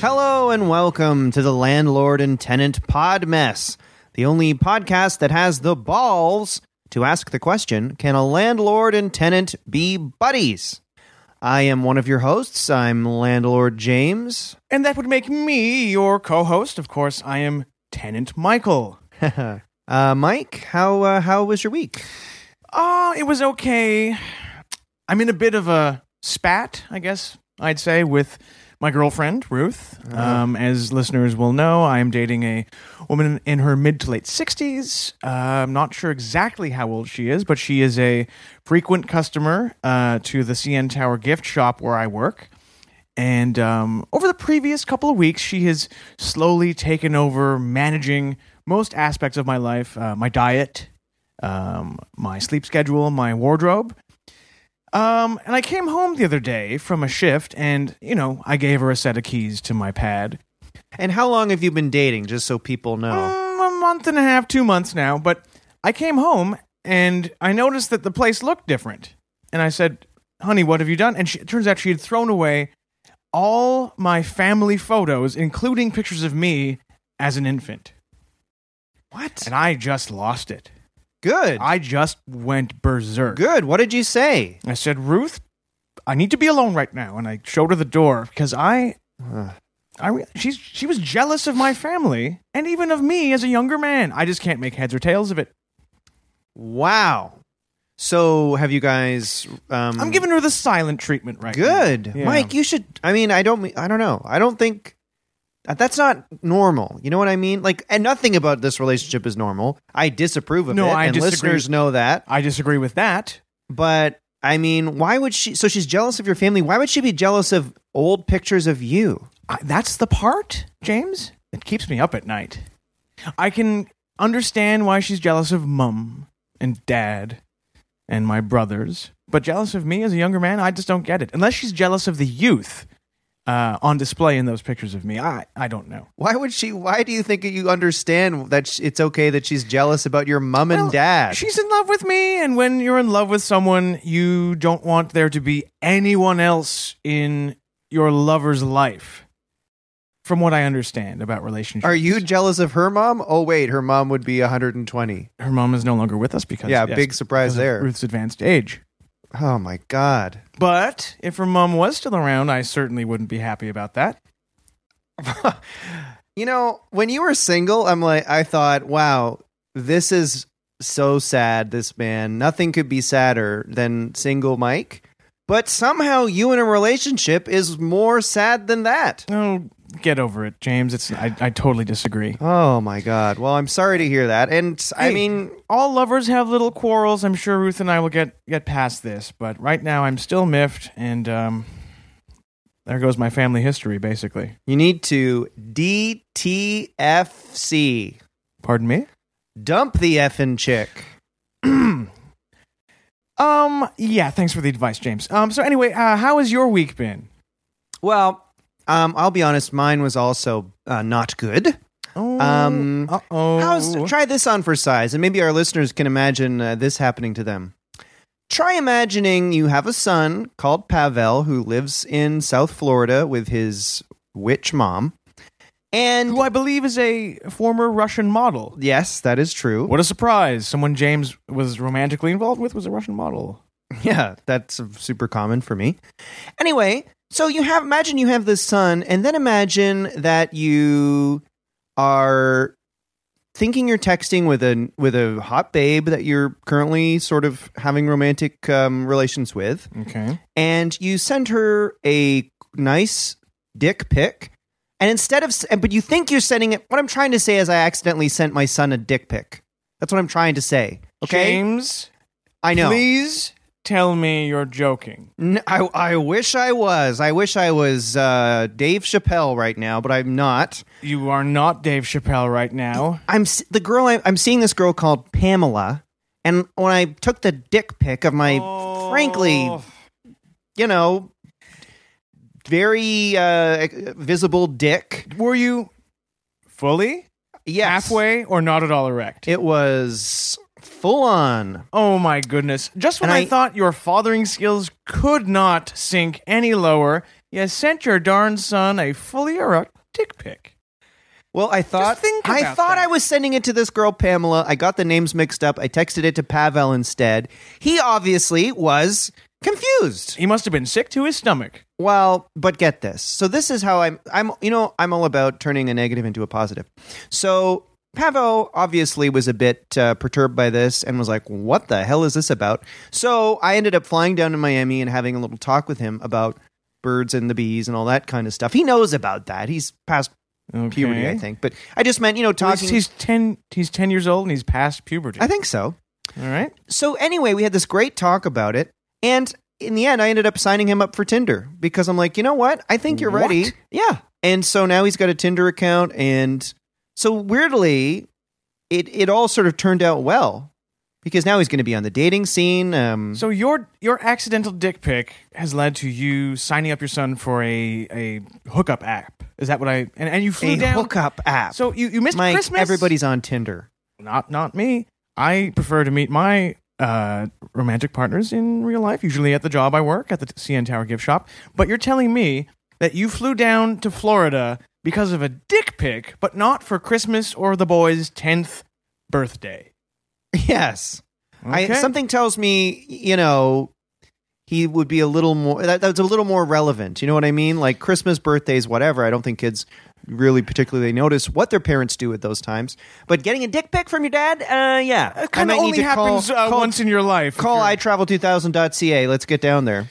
Hello and welcome to the Landlord and Tenant Pod Mess, the only podcast that has the balls to ask the question Can a landlord and tenant be buddies? I am one of your hosts. I'm Landlord James. And that would make me your co host. Of course, I am Tenant Michael. Uh, Mike, how uh, how was your week? Ah, it was okay. I'm in a bit of a spat, I guess I'd say, with my girlfriend, Ruth. Um, as listeners will know, I am dating a woman in her mid to late 60s. Uh, I'm not sure exactly how old she is, but she is a frequent customer uh, to the CN Tower gift shop where I work. And um, over the previous couple of weeks, she has slowly taken over managing most aspects of my life uh, my diet, um, my sleep schedule, my wardrobe. Um, and I came home the other day from a shift, and, you know, I gave her a set of keys to my pad. And how long have you been dating? Just so people know. Mm, a month and a half, two months now, but I came home and I noticed that the place looked different. And I said, honey, what have you done? And she, it turns out she had thrown away all my family photos, including pictures of me as an infant. What? And I just lost it. Good. I just went berserk. Good. What did you say? I said, Ruth, I need to be alone right now. And I showed her the door because I, I, re- she's, she was jealous of my family and even of me as a younger man. I just can't make heads or tails of it. Wow. So have you guys? Um, I'm giving her the silent treatment right now. Good, Yeah. Mike. You should. I mean, I don't. I don't know. I don't think uh, that's not normal. You know what I mean? Like, and nothing about this relationship is normal. I disapprove of No, it, I and disagree. listeners know that. I disagree with that. But I mean, why would she? So she's jealous of your family. Why would she be jealous of old pictures of you? I, that's the part, James, that keeps me up at night. I can understand why she's jealous of mum and dad and my brothers, but jealous of me as a younger man, I just don't get it. Unless she's jealous of the youth uh, on display in those pictures of me, I, I don't know. Why would she? Why do you think you understand that sh- it's okay that she's jealous about your mom and Well, dad? She's in love with me, and when you're in love with someone, you don't want there to be anyone else in your lover's life. From what I understand about relationships, Are you jealous of her mom? Oh wait, her mom would be 120. her mom is no longer with us because Yeah, yes, big surprise because of there. Ruth's advanced age. Oh my god. But if her mom was still around, I certainly wouldn't be happy about that. You know, when you were single, I'm like, I thought, wow, this is so sad, this man. Nothing could be sadder than single Mike. But somehow you in a relationship is more sad than that. No, get over it, James. It's I, I totally disagree. Oh my God. Well, I'm sorry to hear that. And I Hey. mean, All lovers have little quarrels. I'm sure Ruth and I will get get past this, but right now I'm still miffed, and um, there goes my family history, basically. you need to DTFC. Pardon me. Dump the effing chick. Um, yeah. Thanks for the advice, James. Um, so anyway, uh, how has your week been? Well, um, I'll be honest, mine was also uh, not good. Oh, Um, uh-oh. How's try this on for size, and maybe our listeners can imagine uh, this happening to them. Try imagining you have a son called Pavel who lives in South Florida with his witch mom, and who I believe is a former Russian model. yes, that is true. What a surprise! Someone James was romantically involved with was a Russian model. Yeah, that's super common for me. Anyway, so you have imagine you have this son, and then imagine that you are thinking you're texting with a with a hot babe that you're currently sort of having romantic um, relations with, Okay. and you send her a nice dick pic. And instead of, s- but you think you're sending it. What I'm trying to say is, I accidentally sent my son a dick pic. That's what I'm trying to say. Okay, James, I know. please tell me you're joking. N- I, I wish I was. I wish I was uh, Dave Chappelle right now, but I'm not. You are not Dave Chappelle right now. I'm s- the girl. I, I'm seeing this girl called Pamela, and when I took the dick pic of my, frankly, Oh, you know, very uh, visible dick. were you fully Yes, halfway or not at all erect? It was full on. oh my goodness! Just when And I, I- thought your fathering skills could not sink any lower, You sent your darn son a fully erect dick pic. Well, I thought think I about thought that. I was sending it to this girl Pamela. I got the names mixed up. I texted it to Pavel instead. He obviously was confused. He must have been sick to his stomach. Well, but get this. So this is how I'm I'm you know, I'm all about turning a negative into a positive. So Pavel obviously was a bit uh, perturbed by this and was like, "What the hell is this about?" So I ended up flying down to Miami and having a little talk with him about birds and the bees and all that kind of stuff. He knows about that. He's past Okay. puberty, I think. But I just meant, you know, Well, he's- talking He's, ten. He's ten years old and he's past puberty. I think so. All right. So anyway, we had this great talk about it, and in the end, I ended up signing him up for Tinder because I'm like, you know what? I think you're ready. What? Yeah. And so now he's got a Tinder account, and so weirdly, it it all sort of turned out well because now he's going to be on the dating scene. Um, So your your accidental dick pic has led to you signing up your son for a a hookup app. Is that what I? And, and you flew a down. hookup app. So you you missed Mike, Christmas. everybody's on Tinder. not not me. I prefer to meet my uh, romantic partners in real life, usually at the job I work at the CN Tower gift shop. But you're telling me that you flew down to Florida because of a dick pic, but not for Christmas or the boy's tenth birthday. Yes. Okay. I, something tells me, you know, he would be a little more. That, that's a little more relevant. You know what I mean? Like Christmas, birthdays, whatever. I don't think kids really particularly notice what their parents do at those times. But getting a dick pic from your dad, uh, yeah, It kind of only happens call, uh, call, once in your life. if Call you're- itravel2000.ca. Let's get down there.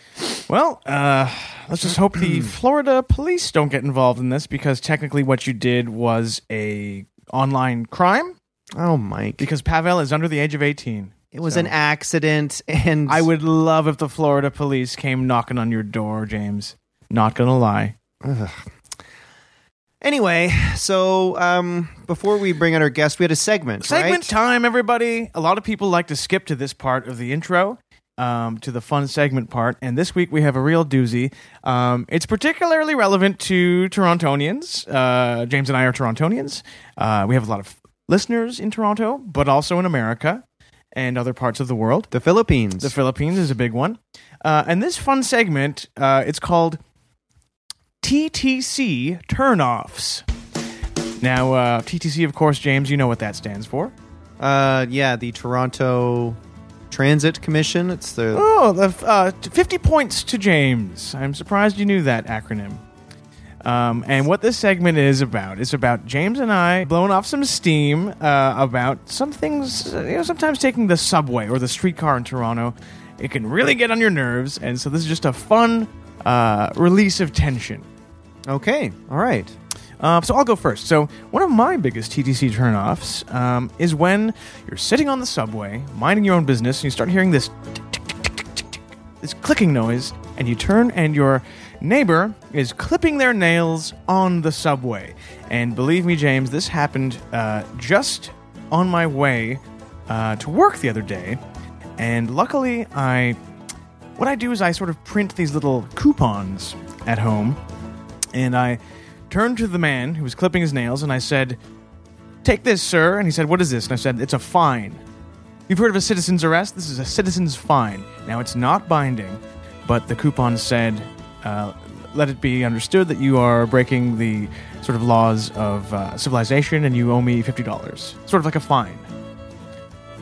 Well, uh, let's just hope Hmm. the Florida police don't get involved in this because technically what you did was a online crime Oh, Mike, because Pavel is under the age of 18. it was So- an accident, and I would love if the Florida police came knocking on your door, James. Not gonna lie. Anyway, so um, before we bring out our guest, we had a segment. Segment right? time, everybody. A lot of people like to skip to this part of the intro, um, to the fun segment part, and this week we have a real doozy. Um, it's particularly relevant to Torontonians. Uh, James and I are Torontonians. Uh, we have a lot of listeners in Toronto, but also in America and other parts of the world. The Philippines. The Philippines is a big one. Uh, and this fun segment, uh, it's called TTC Turnoffs. Now, uh, TTC, of course, James, you know what that stands for. Uh, yeah, the Toronto Transit Commission. It's the Oh, the, f- uh, t- 50 points to James. I'm surprised you knew that acronym. Um, and what this segment is about is about James and I blowing off some steam uh, about some things. uh, You know, sometimes taking the subway or the streetcar in Toronto, it can really get on your nerves. And so this is just a fun uh, release of tension. okay. All right. Uh, so I'll go first. So one of my biggest TTC turnoffs um, is when you're sitting on the subway, minding your own business, and you start hearing this tick, tick, tick, tick, tick, tick, this clicking noise, and you turn, and your neighbor is clipping their nails on the subway. And believe me, James, this happened uh, just on my way uh, to work the other day, and luckily I. What I do is I sort of print these little coupons at home and I turned to the man who was clipping his nails and I said, Take this, sir. And he said, What is this? And I said, It's a fine. You've heard of a citizen's arrest? This is a citizen's fine. Now, it's not binding, but the coupon said, uh, Let it be understood that you are breaking the sort of laws of uh, civilization and you owe me $50. Sort of like a fine.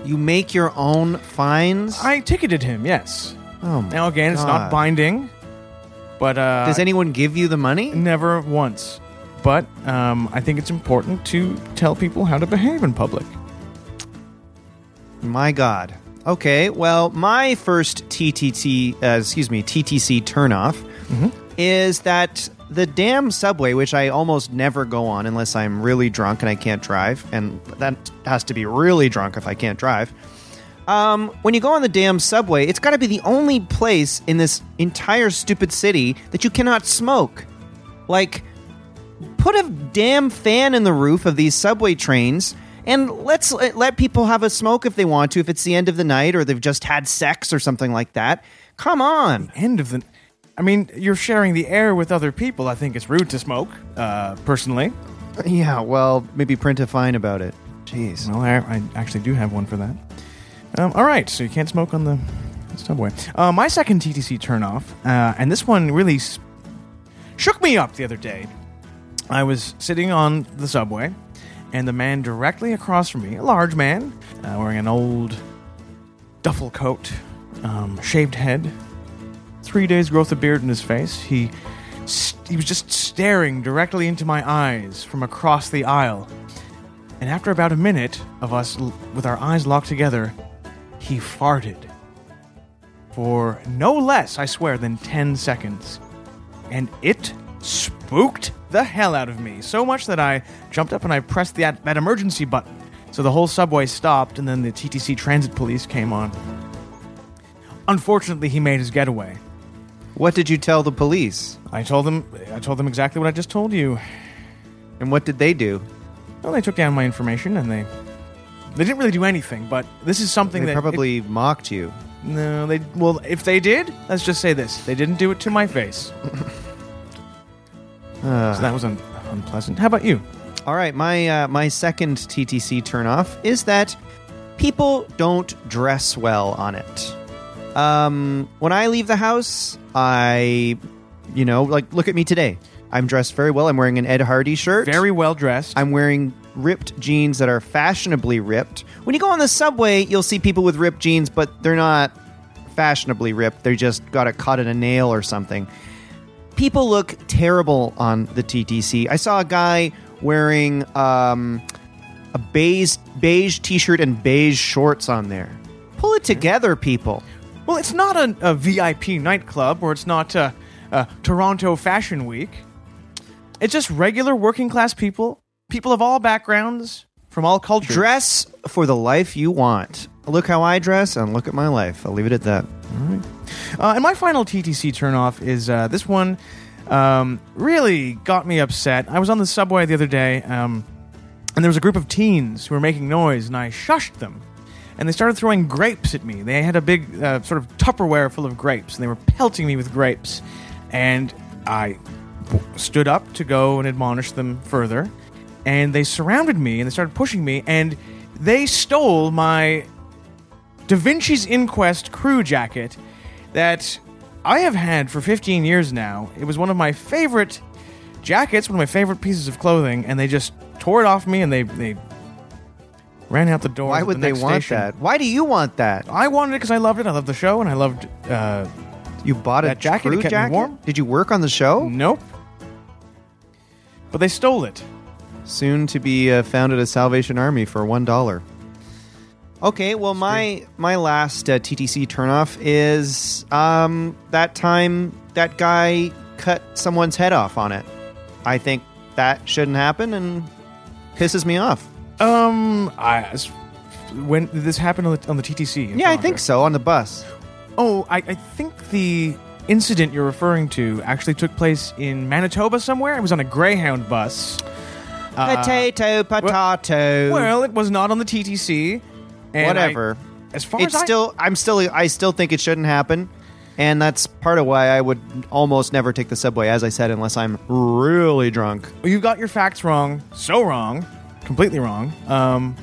You make your own fines. I ticketed him, yes. oh my Now, again, it's God. not binding, but. Uh, Does anyone give you the money? Never once. But um, I think it's important to tell people how to behave in public. My God. Okay. Well, my first TTT, uh, excuse me, TTC turnoff is that the damn subway, which I almost never go on unless I'm really drunk and I can't drive, and that has to be really drunk if I can't drive. Um, when you go on the damn subway, it's got to be the only place in this entire stupid city that you cannot smoke. Like, put a damn fan in the roof of these subway trains and let's let let people have a smoke if they want to if it's the end of the night or they've just had sex or something like that come on End of the. I mean, you're sharing the air with other people. I think it's rude to smoke, uh, personally. yeah well maybe print a fine about it jeez Well, I, I actually do have one for that. Um, all right, so you can't smoke on the subway. Uh, my second TTC turnoff, uh, and this one really s- shook me up the other day. I was sitting on the subway, and the man directly across from me, a large man, uh, wearing an old duffel coat, um, shaved head, three days' growth of beard in his face, he st- he was just staring directly into my eyes from across the aisle. And after about a minute of us l- with our eyes locked together, he farted for no less, I swear, than 10 seconds. And it spooked the hell out of me, so much that I jumped up and I pressed that, that emergency button. So the whole subway stopped, and then the TTC transit police came on. Unfortunately, he made his getaway. What did you tell the police? I told them I told them exactly what I just told you. And what did they do? Well, they took down my information and they they didn't really do anything, but this is something They that probably mocked you. No, they. Well, if they did, let's just say this: they didn't do it to my face. so that was un- unpleasant. How about you? All right, my uh, my second TTC turnoff is that people don't dress well on it. Um, when I leave the house, I, you know, like look at me today. I'm dressed very well. I'm wearing an Ed Hardy shirt. Very well dressed. I'm wearing ripped jeans that are fashionably ripped. When you go on the subway, you'll see people with ripped jeans, but they're not fashionably ripped. They just got it caught in a nail or something. People look terrible on the TTC. I saw a guy wearing um, a beige beige t-shirt and beige shorts on there. Pull it together, people. well, it's not a, a VIP nightclub, or it's not uh, uh, Toronto Fashion Week. It's just regular working class people, people of all backgrounds, from all cultures. Dress for the life you want. Look how I dress and look at my life. I'll leave it at that. Uh, and my final TTC turnoff is uh, this one. Um, really got me upset. I was on the subway the other day, um, and there was a group of teens who were making noise, and I shushed them. And they started throwing grapes at me. They had a big uh, sort of Tupperware full of grapes, and they were pelting me with grapes. And I w- stood up to go and admonish them further. And they surrounded me and they started pushing me, and they stole my Da Vinci's Inquest crew jacket that I have had for 15 years now. It was one of my favorite jackets, one of my favorite pieces of clothing, and they just tore it off me and they, they ran out the door. Why to would the they next want station. that? Why do you want that? I wanted it because I loved it. I loved the show and I loved. Uh, You bought a That jacket, it crew kept me jacket? warm. Mm. Did you work on the show? nope. But they stole it. Soon to be uh, founded a Salvation Army for one dollar. Okay, well my my last uh, TTC turnoff is um, that time that guy cut someone's head off on it. I think that shouldn't happen and pisses me off. Um, I. When did this happen on the, on the TTC? in Yeah, I Toronto? think so on the bus. Oh, I, I think the incident you're referring to actually took place in Manitoba somewhere. It was on a Greyhound bus. Uh, potato, potato. Well, it was not on the TTC. and I- whatever. as far it's as I, still I'm still I still think it shouldn't happen. And that's part of why I would almost never take the subway, as I said, unless I'm really drunk. you got your facts wrong, so wrong, completely wrong. Um,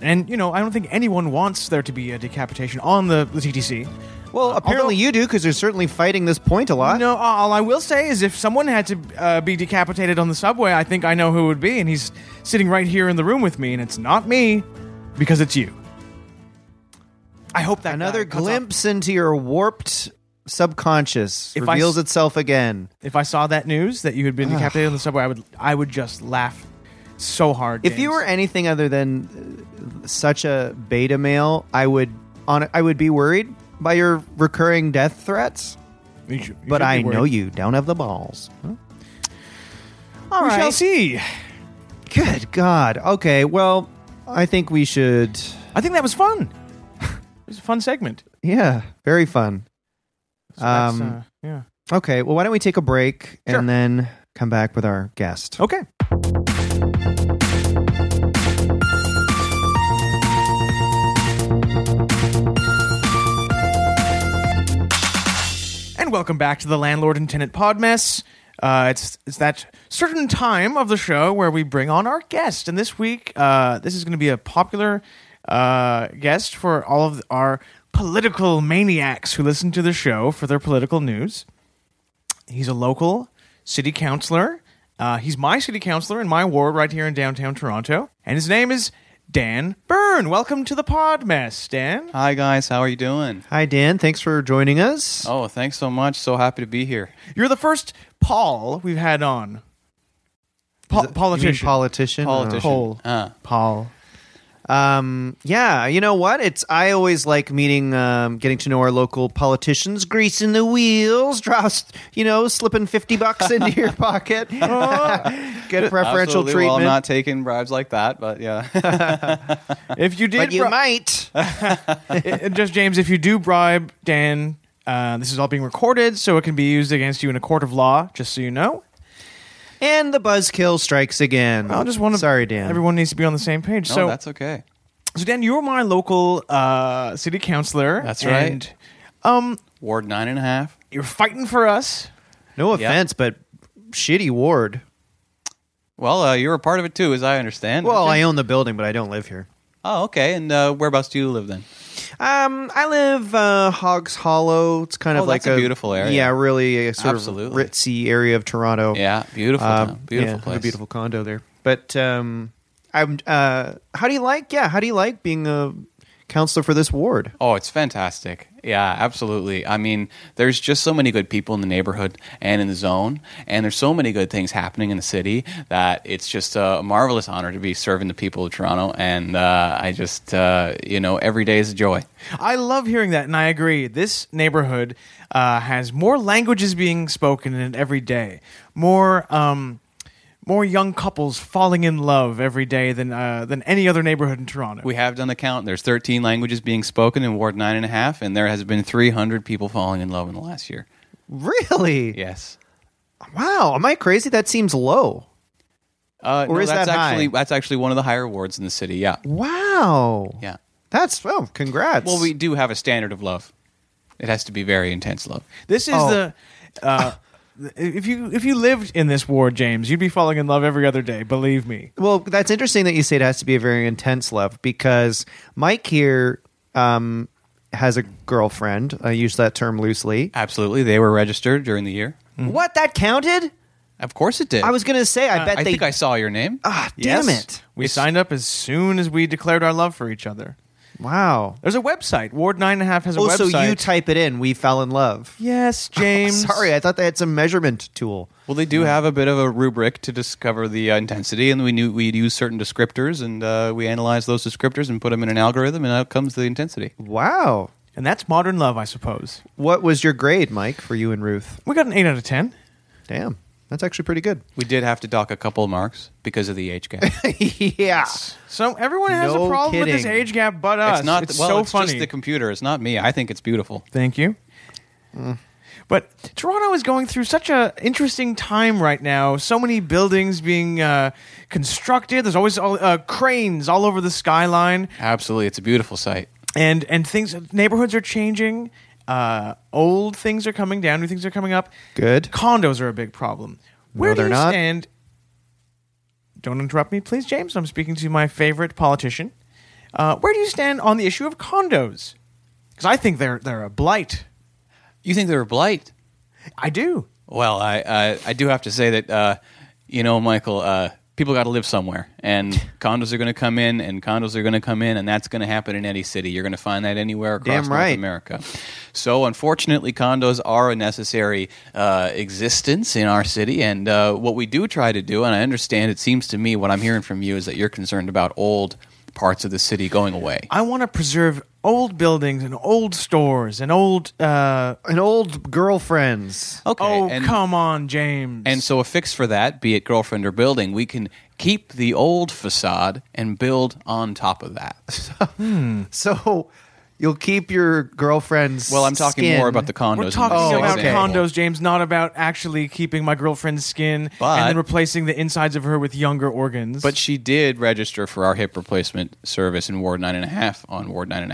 and you know, I don't think anyone wants there to be a decapitation on the, the TTC. Well, apparently although- you do, because you're certainly fighting this point a lot. No, all I will say is if someone had to uh, be decapitated on the subway, I think I know who it would be, and he's sitting right here in the room with me, and it's not me because it's you. I hope that Another guy cuts off- glimpse into your warped subconscious If I reveals s- itself again. If I saw that news that you had been decapitated on the subway, I would I would just laugh so hard. If you James. were anything other than uh, such a beta male, I would on I would be worried by your recurring death threats. You should- you should But be I know worried. you don't have the balls. All We right. shall see. Good God. Okay. Well, I think we should. I think that was fun. It was a fun segment. Yeah. Very fun. So that's, Um, uh, yeah. Okay. Well, why don't we take a break Sure. and then come back with our Oh. guest? Okay. And welcome back to the Landlord and Tenant Pod Mess. Uh, it's it's that certain time of the show where we bring on our guest, and this week uh, this is going to be a popular uh, guest for all of our political maniacs who listen to the show for their political news. He's a local city councilor. Uh, he's my city councilor in my ward right here in downtown Toronto, and his name is Dan Byrne. Welcome to the pod mess, Dan. Hi guys, how are you doing? Hi, Dan. Thanks for joining us. Oh, thanks so much. So happy to be here. You're the first Paul we've had on. Po- You mean politician. politician. Oh, Politician. Paul. Uh, Paul. Um, yeah, you know what? It's I always like meeting, um, getting to know our local politicians, greasing the wheels, drops, you know, slipping fifty bucks into your pocket, get preferential Oh. absolutely. treatment. Well, I'm not taking bribes like that, but yeah. if you did, but you bri- might. Uh, just James, if you do bribe Dan, uh, this is all being recorded, so it can be used against you in a court of law. Just so you know. and the buzzkill strikes again. I just want to. Sorry, Dan. Everyone needs to be on the same page. No, so that's okay. So Dan, you're my local uh, city councilor. That's right. And, um, Ward nine and a half. you're fighting for us. no offense, but shitty ward. Well, uh, you're a part of it too, as I understand. Well, I aren't you? own the building, but I don't live here. Oh, okay. And uh, whereabouts do you live then? Um, I live uh, Hogs Hollow. It's kind Oh, of like that's a beautiful area. Yeah, really a sort Absolutely. of ritzy area of Toronto. Yeah, beautiful, Uh, town. beautiful yeah, I have place. a beautiful condo there. But um, I'm. Uh, how do you like? Yeah, how do you like being a counselor for this ward? Oh, it's fantastic. Yeah, absolutely. I mean, there's just so many good people in the neighborhood and in the zone, and there's so many good things happening in the city that it's just a marvelous honor to be serving the people of Toronto. And uh, I just, uh, you know, every day is a joy. I love hearing that, and I agree. This neighborhood uh, has more languages being spoken in it every day. More. Um, more young couples falling in love every day than uh, than any other neighborhood in Toronto. We have done the count. There's 13 languages being spoken in Ward Nine and a Half, and there has been 300 people falling in love in the last year. Really? Yes. Wow. Am I crazy? That seems low. Uh, Or no, is that's that high? actually that's actually one of the higher awards in the city. Yeah, Wow. yeah. That's well. Congrats. Well, we do have a standard of love. It has to be very intense love. This is Oh. the. Uh, If you if you lived in this ward, James, you'd be falling in love every other day. Believe me. Well, that's interesting that you say it has to be a very intense love because Mike here um, has a girlfriend. I use that term loosely. Absolutely, they were registered during the year. What? That counted? Of course, it did. I was going to say, I bet Uh, I they. think I saw your name. ah, damn it. We It's- signed up as soon as we declared our love for each other. Wow. There's a website. Ward nine and a half has a Oh, website. Oh, so you type it in. We fell in love. yes, James. Sorry, I thought they had some measurement tool. well, they do have a bit of a rubric to discover the uh, intensity, and we knew we'd use certain descriptors, and uh, we analyze those descriptors and put them in an algorithm, and out comes the intensity. Wow. And that's modern love, I suppose. What was your grade, Mike, for you and Ruth? We got an eight out of ten. Damn. That's actually pretty good. We did have to dock a couple of marks because of the age gap. it's yeah. So everyone has No a problem with this kidding. age gap, but us. Ah, not It's well. so it's funny. just the computer. It's not me. I think it's beautiful. Thank you. Mm. But Toronto is going through such a interesting time right now. So many buildings being uh, constructed. There's always all, uh, cranes all over the skyline, Absolutely, it's a beautiful site. and and things. Neighborhoods are changing. Uh, old things are coming down. New things are coming up. Good. Condos are a big problem. Where do they're you not. stand? Don't interrupt me, please, James. I'm speaking to my favorite politician. Uh, where do you stand on the issue of condos? Because I think they're they're a blight. You think they're a blight? I do. Well, I uh, I do have to say that uh, you know, Michael, uh, people got to live somewhere, and condos are going to come in, and condos are going to come in, and that's going to happen in any city. You're going to find that anywhere across Damn North right. America. So, unfortunately, condos are a necessary uh, existence in our city, and uh, what we do try to do, and I understand, it seems to me, what I'm hearing from you is that you're concerned about old parts of the city going away. I want to preserve old buildings and old stores and old. Uh, And old girlfriends. Okay, oh, and- come on, James. And so, a fix for that, be it girlfriend or building, we can keep the old facade and build on top of that. So you'll keep your girlfriend's. Well, I'm talking skin. more about the condos. we're in talking this Oh, about okay. example. condos, James, not about actually keeping my girlfriend's skin But- and then replacing the insides of her with younger organs. But she did register for our hip replacement service in Ward 9.5 on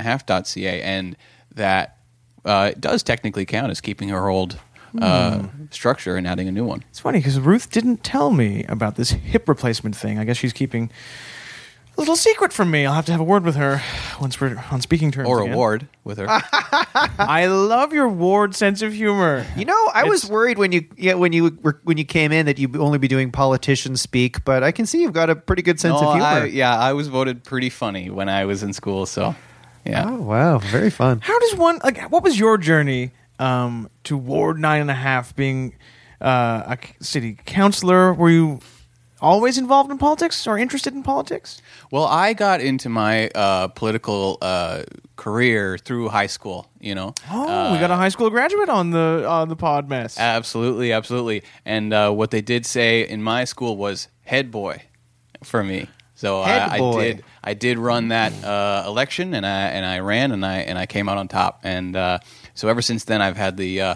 ward9.5.ca, and that uh, does technically count as keeping her old uh, structure and adding a new one. it's funny because Ruth didn't tell me about this hip replacement thing. I guess she's keeping A little secret from me. I'll have to have a word with her once we're on speaking terms. or a again. ward with her. I love your ward sense of humor. You know, I was worried when you yeah, when you were, when you came in that you'd only be doing politician speak, but I can see you've got a pretty good sense No, of humor. I- yeah, I was voted pretty funny when I was in school. So, yeah. Oh wow, very fun. How does one like? What was your journey um, to Ward Nine and a Half being uh, a c- city councilor? Were you always involved in politics or interested in politics? Well, I got into my uh, political uh, career through high school. You know. Oh, we got a high school graduate on the on the pod mess. uh, Absolutely, absolutely. And uh, what they did say in my school was head boy for me. So uh, Head I, boy. I did. I did run that uh, election, and I and I ran, and I and I came out on top. And uh, so ever since then, I've had the, uh,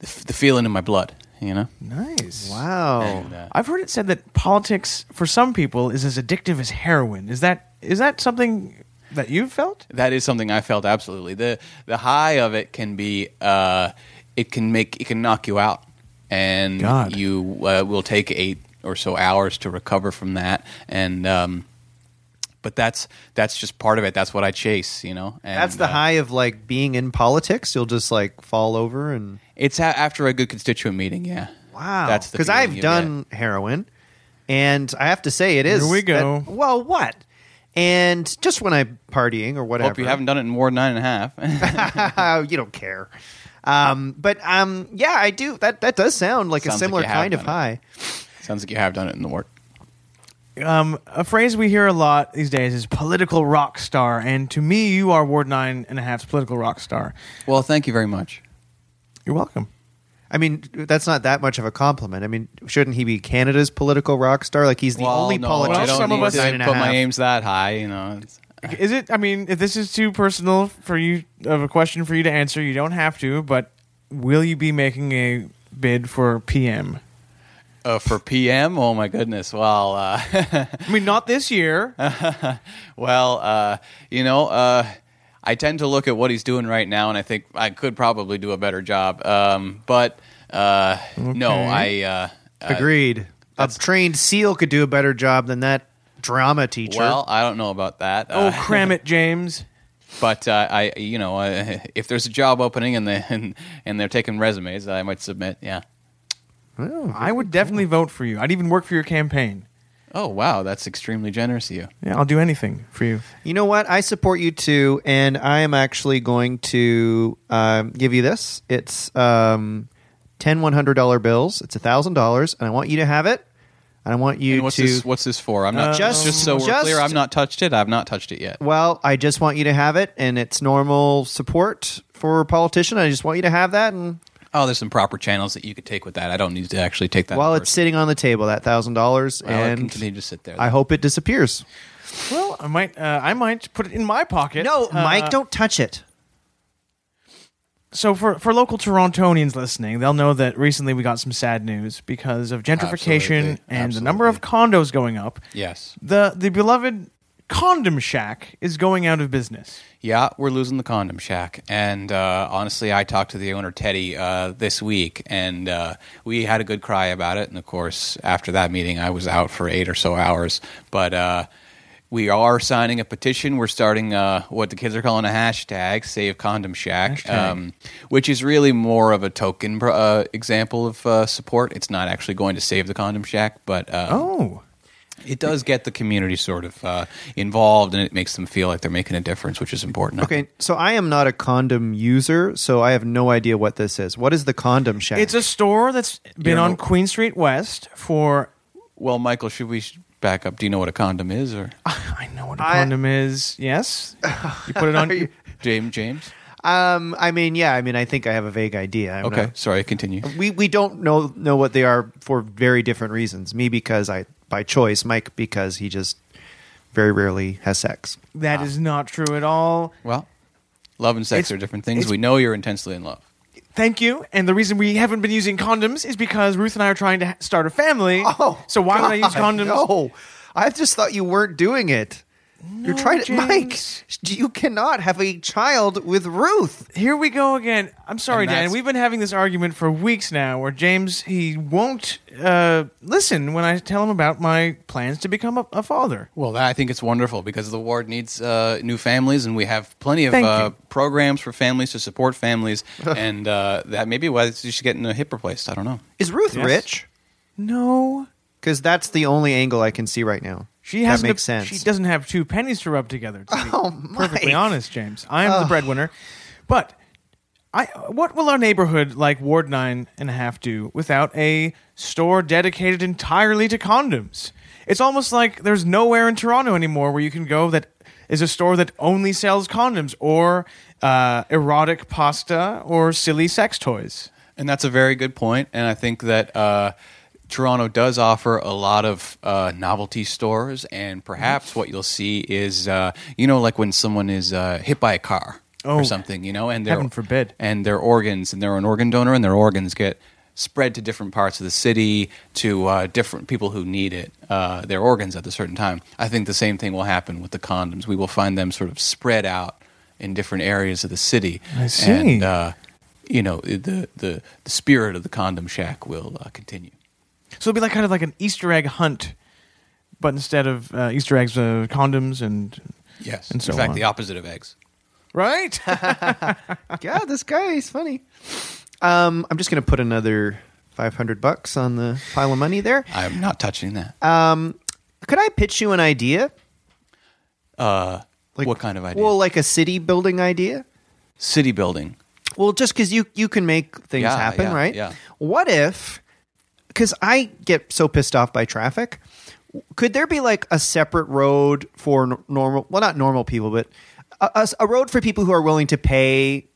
the f- the feeling in my blood. You know. nice. Wow. And, uh, I've heard it said that politics for some people is as addictive as heroin. Is that is that something that you've felt? That is something I felt absolutely. the The high of it can be, uh, it can make, it can knock you out, and God. you uh, will take eight or so hours to recover from that. And um, but that's that's just part of it. That's what I chase, you know. And, That's the uh, high of like being in politics. You'll just like fall over and It's a- after a good constituent meeting, yeah. wow. that's the because feeling I've you done heroin, and I have to say it is. Here we go. that- well, what? And just when I'm partying or whatever, Hope you haven't done it in Ward nine and a half. you don't care. Um, but um, yeah, I do. That that does sound like a Sounds like similar you have kind of done it. high. Sounds like you have done it in the ward. Um, a phrase we hear a lot these days is political rock star, and to me, you are Ward Nine and a Half's political rock star. Well, thank you very much. You're welcome. I mean, that's not that much of a compliment. I mean, shouldn't he be Canada's political rock star? Like he's the Well, only no, I politician. don't Some of need us- to nine and a put my half. aims that high, you know. It's- Is it? I mean, if this is too personal for you of a question for you to answer, you don't have to. But will you be making a bid for PM? Uh, for PM, oh my goodness! Well, uh, I mean, not this year. Well, uh, you know, uh, I tend to look at what he's doing right now, and I think I could probably do a better job. Um, but uh, no, I. Uh, uh, Agreed. A trained seal could do a better job than that drama teacher. well, I don't know about that. oh, Uh, cram it, James. but uh, I, you know, uh, if there's a job opening and they and, and they're taking resumes, I might submit. Yeah. I would definitely vote for you. I'd even work for your campaign. Oh wow, that's extremely generous of you. Yeah, I'll do anything for you. you know what? I support you too, and I am actually going to um, give you this. It's um, ten one hundred dollar bills. It's a thousand dollars, and I want you to have it. And I want you And what's to. this? What's this for? I'm not Just- just just so we're just- clear. I've not touched it. I've not touched it yet. well, I just want you to have it, and it's normal support for a politician. I just want you to have that, and Oh, there's some proper channels that you could take with that. I don't need to actually take that. in while it's person. sitting on the table, that thousand dollars, Well, it and can continue to sit there. I hope it disappears. Well, I might. Uh, I might put it in my pocket. No, Uh, Mike, don't touch it. So for for local Torontonians listening, they'll know that recently we got some sad news because of gentrification Absolutely. and the number of condos going up. Yes. The the beloved condom shack is going out of business. Yeah, we're losing the condom shack. And uh, honestly, I talked to the owner, Teddy, uh, this week, and uh, we had a good cry about it. And of course, after that meeting, I was out for eight or so hours. But uh, we are signing a petition. We're starting uh, what the kids are calling a hashtag, Save Condom Shack, um, which is really more of a token pro- uh, example of uh, support. It's not actually going to save the condom shack, but. Uh, Oh, It does get the community sort of uh, involved, and it makes them feel like they're making a difference, which is important. Okay, so I am not a condom user, so I have no idea what this is. What is the condom shack? it's a store that's been You're on no- Queen Street West for. Well, Michael, should we sh- back up? Do you know what a condom is, or I know what a I- condom is. Yes, you put it on. James? James? um, I mean, yeah, I mean, I think I have a vague idea. I'm Okay, not- sorry. Continue. we we don't know know what they are for very different reasons. Me because I by choice, Mike because he just very rarely has sex. That is not true at all. Well, love and It's- sex are different things. it's- We know you're intensely in love. Thank you. And the reason we haven't been using condoms is because Ruth and I are trying to ha- start a family. so why would I use Oh, God, condoms? No, I just thought you weren't doing it. You're trying to, Mike. James. You cannot have a child with Ruth. Here we go again. I'm sorry, And Dan. that's- We've been having this argument for weeks now where James, he won't uh, listen when I tell him about my plans to become a, a father. Well, that, I think it's wonderful because the ward needs uh, new families, and we have plenty of Thank uh, you. programs for families to support families, and uh, that may be why she's getting a hip replaced. I don't know. Is Ruth Yes. rich? No. Because that's the only angle I can see right now. She That has makes sense. Oh, She doesn't have two pennies to rub together. To be perfectly Mike. honest, James, I am the breadwinner. But I, what will our neighborhood like Ward Nine and a Half do without a store dedicated entirely to condoms? It's almost like there's nowhere in Toronto anymore where you can go that is a store that only sells condoms or uh, erotic pasta or silly sex toys. And that's a very good point. And I think that uh, Toronto does offer a lot of uh, novelty stores. And Mm-hmm. perhaps what you'll see is, uh, you know, like when someone is uh, hit by a car Oh, or something, you know, and their, heaven forbid. And their organs, and they're an organ donor, and their organs get spread to different parts of the city to uh, different people who need it uh, their organs at a certain time i think the same thing will happen with the condoms we will find them sort of spread out in different areas of the city I see. and, uh, you know the, the the spirit of the condom shack will uh, continue. So it'll be like kind of like an Easter egg hunt, but instead of uh, Easter eggs, uh, condoms and Yes, And so in fact, on. the opposite of eggs. right. yeah, this guy is funny. Um, I'm just going to put another 500 bucks on the pile of money there. I'm not touching that. Um, could I pitch you an idea? Uh, what kind of idea? Well, like a city building idea. City building. Well, just because you you can make things Yeah, happen, yeah, right? yeah. What if? Because I get so pissed off by traffic. Could there be like a separate road for n- normal? Well, not normal people, but a, a s- a road for people who are willing to pay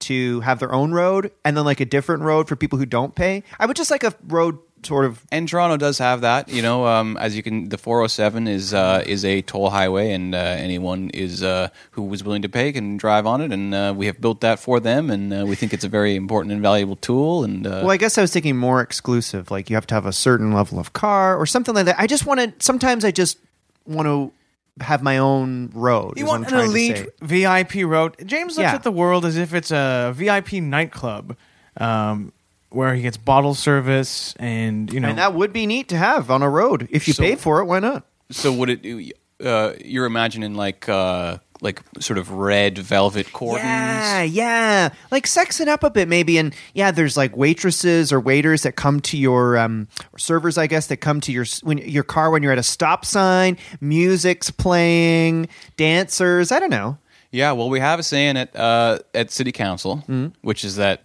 to have their own road, and then like a different road for people who don't pay. I would just like a road sort of. And Toronto does have that, you know. Um, as you can, the 407 is uh, is a toll highway, and uh, anyone is uh, who was willing to pay can drive on it. And uh, we have built that for them, and uh, we think it's a very important and valuable tool. And uh, Well, I guess I was thinking more exclusive. Like you have to have a certain level of car or something like that. I just want to. Sometimes I just want to have my own road. You is what want I'm an trying to say. elite VIP road. James looks Yeah. at the world as if it's a VIP nightclub, um, where he gets bottle service and you know. And that would be neat to have on a road. If you So- pay for it, why not? So would it? Uh, you're imagining like uh, like sort of red velvet cordons. Yeah, yeah. Like sex it up a bit, maybe. And yeah, there's like waitresses or waiters that come to your um, or servers, I guess, that come to your s- when your car when you're at a stop sign. Music's playing, dancers. I don't know. Yeah, well, we have a saying at uh, at city council, Mm-hmm. which is that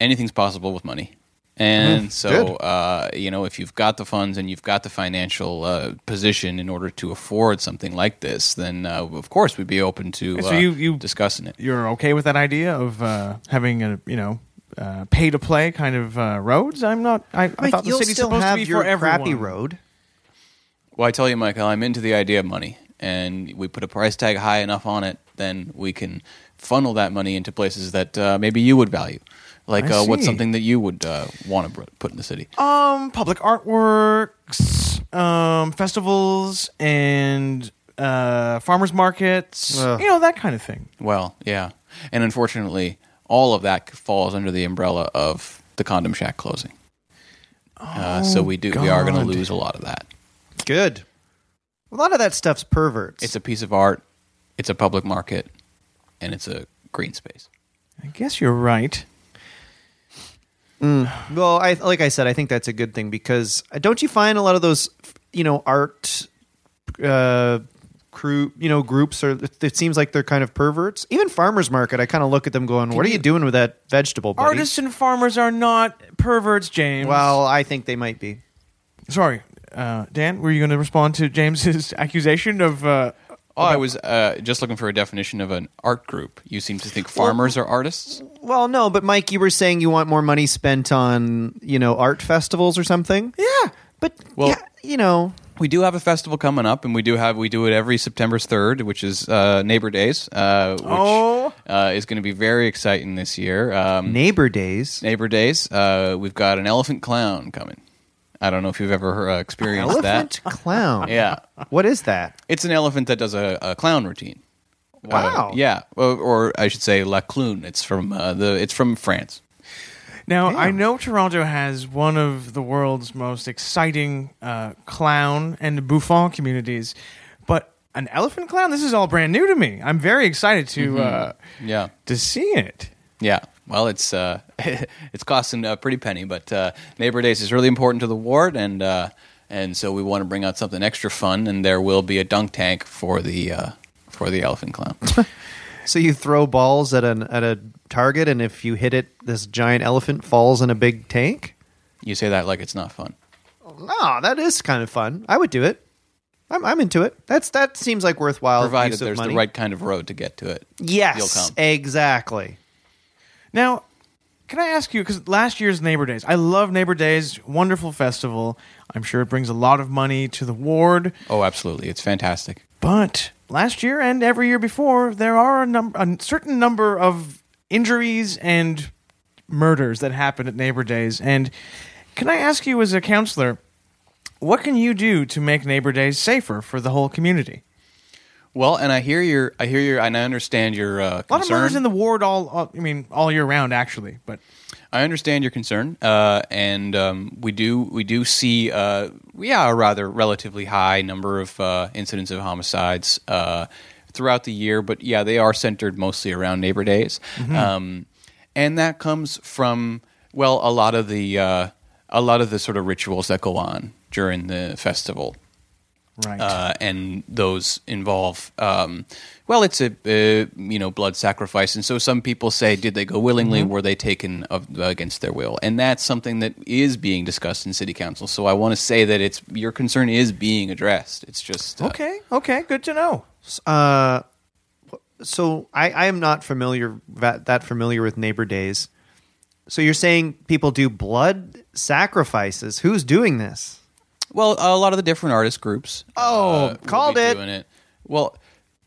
anything's possible with money. Mm-hmm. And so, uh, you know, if you've got the funds and you've got the financial uh, position in order to afford something like this, then uh, of course we'd be open to So uh, you- you- discussing it. you're okay with that idea of uh, having a you know uh, pay to play kind of uh, roads? I'm not. I, I thought the you'll city's still supposed have to be your for everyone. crappy road. Well, I tell you, Michael, I'm into the idea of money, and we put a price tag high enough on it, then we can funnel that money into places that uh, maybe you would value, like I uh, what's see. something that you would uh, want to put in the city. Um, public artworks, um, festivals, and uh, farmers markets. Ugh. You know that kind of thing. Well, yeah. And unfortunately, all of that falls under the umbrella of the condom shack closing. uh, so we do we are going Oh, God. to lose a lot of that. Good. A lot of that stuff's perverts. It's a piece of art, it's a public market, and it's a green space. I guess you're right. Well, I like I said, I think that's a good thing because uh, don't you find a lot of those, you know, art uh, crew, you know, groups are. It, it seems like they're kind of perverts. Even farmers market, I kind of look at them going, "What are you doing with that vegetable, buddy?" Artists and farmers are not perverts, James. Well, I think they might be. sorry, uh, Dan. Were you going to respond to James's accusation of? Uh, Oh, I was uh, just looking for a definition of an art group. You seem to think farmers are artists. Well, no, but Mike, you were saying you want more money spent on, you know, art festivals or something. yeah, But Well- yeah, you know, We do have a festival coming up, and we do have we do it every September third, which is uh, Neighbor Days, uh, which Oh. uh, is going to be very exciting this year. Um, neighbor days. Neighbor Days. Uh, we've got an elephant clown coming. I don't know if you've ever uh, experienced Elephant clown. that. Yeah, What is that? it's an elephant that does a, a clown routine. Uh, Wow. yeah, or, or I should say La Clune. It's from uh, the. It's from France. Now I know Toronto has one of the world's most exciting uh, clown and bouffon communities, but an elephant clown. This is all brand new to me. I'm very excited to uh, Yeah. to see it. Yeah. Well, it's uh, it's costing a pretty penny, but uh, Neighbor Days is really important to the ward, and uh, and so we want to bring out something extra fun, and there will be a dunk tank for the uh, for the elephant clown. So you throw balls at an at a target, and if you hit it, this giant elephant falls in a big tank. you say that like it's not fun. No, that is kind of fun. I would do it. I'm, I'm into it. That's that seems like worthwhile. Provided use of there's money. the right kind of road to get to it. Yes, You'll come. exactly. Now, can I ask you, because last year's Neighbor Days, I love Neighbor Days, wonderful festival. I'm sure it brings a lot of money to the ward. Oh, absolutely. It's fantastic. But last year and every year before, there are a, num- a certain number of injuries and murders that happen at Neighbor Days. And can I ask you, as a counselor, what can you do to make Neighbor Days safer for the whole community? Well, and I hear your, I hear your, and I understand your uh, concern. A lot of murders in the ward all, all I mean, all year round, actually. But I understand your concern, uh, and um, we do we do see uh, yeah a rather relatively high number of uh, incidents of homicides uh, throughout the year, but yeah they are centered mostly around Neighbor Days, Mm-hmm. um, and that comes from well a lot of the uh, a lot of the sort of rituals that go on during the festival right, uh, and those involve um, well it's a uh, you know blood sacrifice and so some people say did they go willingly were they taken of, against their will and that's something that is being discussed in city council so i want to say that it's your concern is being addressed it's just uh, okay, okay, good to know. Uh, so I, I am not familiar that, that familiar with Neighbor Days. So you're saying people do blood sacrifices? Who's doing this? well a lot of the different artist groups uh, Oh, will be called it. doing it well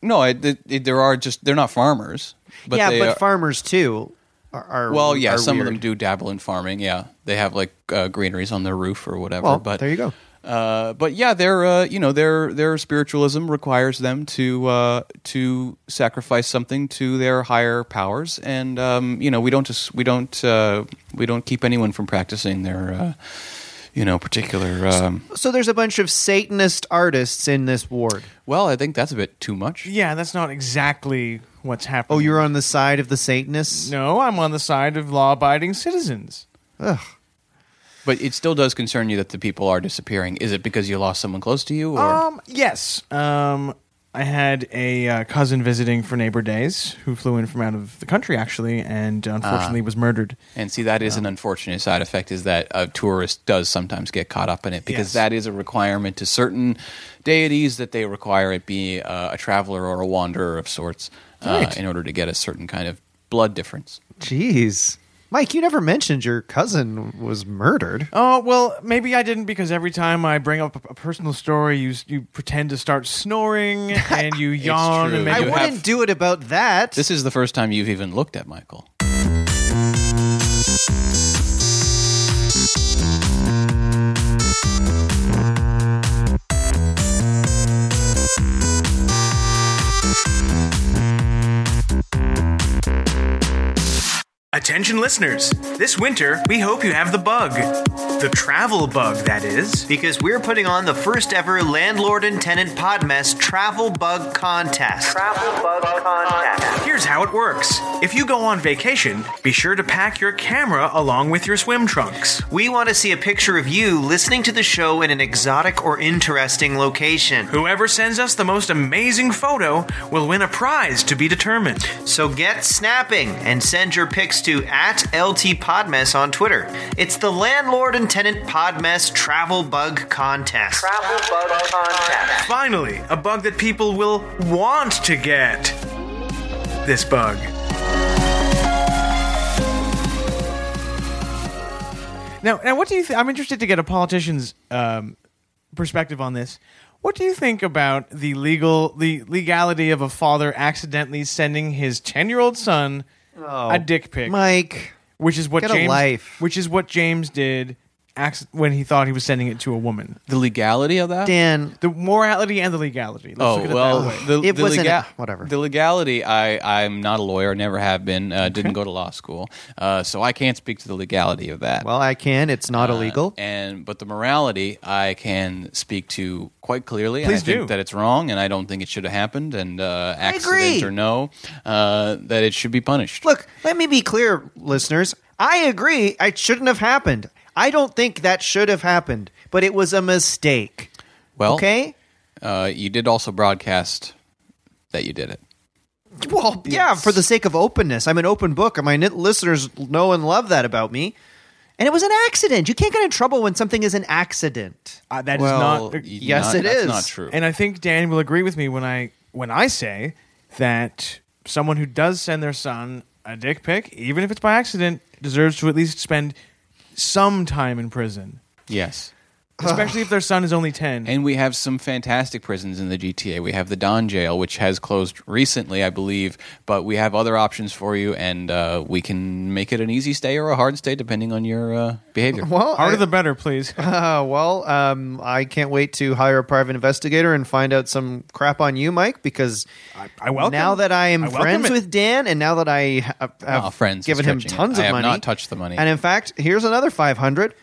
no I, th- th- there are just they're not farmers but yeah, they but are, farmers too are. are well yeah are some weird. of them do dabble in farming yeah they have like uh, greeneries on their roof or whatever Well, but Oh, there you go. Uh, but yeah, their uh, you know their their spiritualism requires them to uh, to sacrifice something to their higher powers, and um, you know we don't just we don't uh, we don't keep anyone from practicing their uh, you know particular. Um, So there's a bunch of Satanist artists in this ward. well, I think that's a bit too much. Yeah, that's not exactly what's happening. Oh, you're on the side of the Satanists. No, I'm on the side of law-abiding citizens. But it still does concern you that the people are disappearing. Is it because you lost someone close to you, or Um, yes. Um, I had a uh, cousin visiting for Neighbor Days who flew in from out of the country actually, and Ah. unfortunately was murdered. And see, that is an unfortunate side effect is that a tourist does sometimes get caught up in it because Yes. that is a requirement to certain deities that they require it be uh, a traveler or a wanderer of sorts uh, Right. in order to get a certain kind of blood difference. Jeez, Mike, you never mentioned your cousin was murdered. Oh well, maybe I didn't because every time I bring up a, a personal story, you s- you pretend to start snoring and you yawn true. and I make you wouldn't have- do it about that. This is the first time you've even looked at Michael. Attention listeners, this winter we hope you have the bug. The travel bug, that is. because we're putting on the first ever landlord and tenant podmess travel bug contest. Here's how it works. If you go on vacation, be sure to pack your camera along with your swim trunks. We want to see a picture of you listening to the show in an exotic or interesting location. Whoever sends us the most amazing photo will win a prize to be determined. So get snapping and send your pics to at LT Podmess on Twitter. It's the Landlord and Tenant Podmess Travel Bug Contest. Finally, a bug that people will want to get. This bug. Now, now, what do you? Th- I'm interested to get a politician's um, perspective on this. What do you think about the legal, the legality of a father accidentally sending his ten year old son a dick pic? Mike, which is what Oh, Get a James, life. which is what James did acc- when he thought he was sending it to a woman. The legality of that? Dan, The morality and the legality. Let's Oh look at well, it that way. the, It the wasn't- lega- whatever. The legality, I I'm not a lawyer, never have been, uh, didn't go to law school, uh, so I can't speak to the legality of that. well, I can. It's not Uh, illegal. and but the morality I can speak to quite clearly. and Please I think do. that it's wrong, and I don't think it should have happened. And uh, agree. accident or no, uh, that it should be punished. Look, let me be clear, listeners. I agree. It shouldn't have happened. I don't think that should have happened, but it was a mistake. well, Okay. uh, you did also broadcast that you did it. Oh, Well, yeah, for the sake of openness, I'm an open book, and my nit- listeners know and love that about me. And it was an accident. You can't get in trouble when something is an accident. Uh, that is well, not. you- yes, not, it that's is. not true. And I think Dan will agree with me when I when I say that someone who does send their son a dick pic, even if it's by accident, deserves to at least spend some time in prison, yes. especially if their son is only ten. And we have some fantastic prisons in the GTA. We have the Don Jail, which has closed recently, I believe, but we have other options for you, and uh, we can make it an easy stay or a hard stay depending on your uh, behavior. Well, Harder the better, please. Uh, well, um, I can't wait to hire a private investigator and find out some crap on you, Mike, because I, I welcome. now that I am welcome friends it. with Dan and now that I ha- have, Well, friends is given him stretching it. tons I of have money. not touched the money. And in fact, here's another 500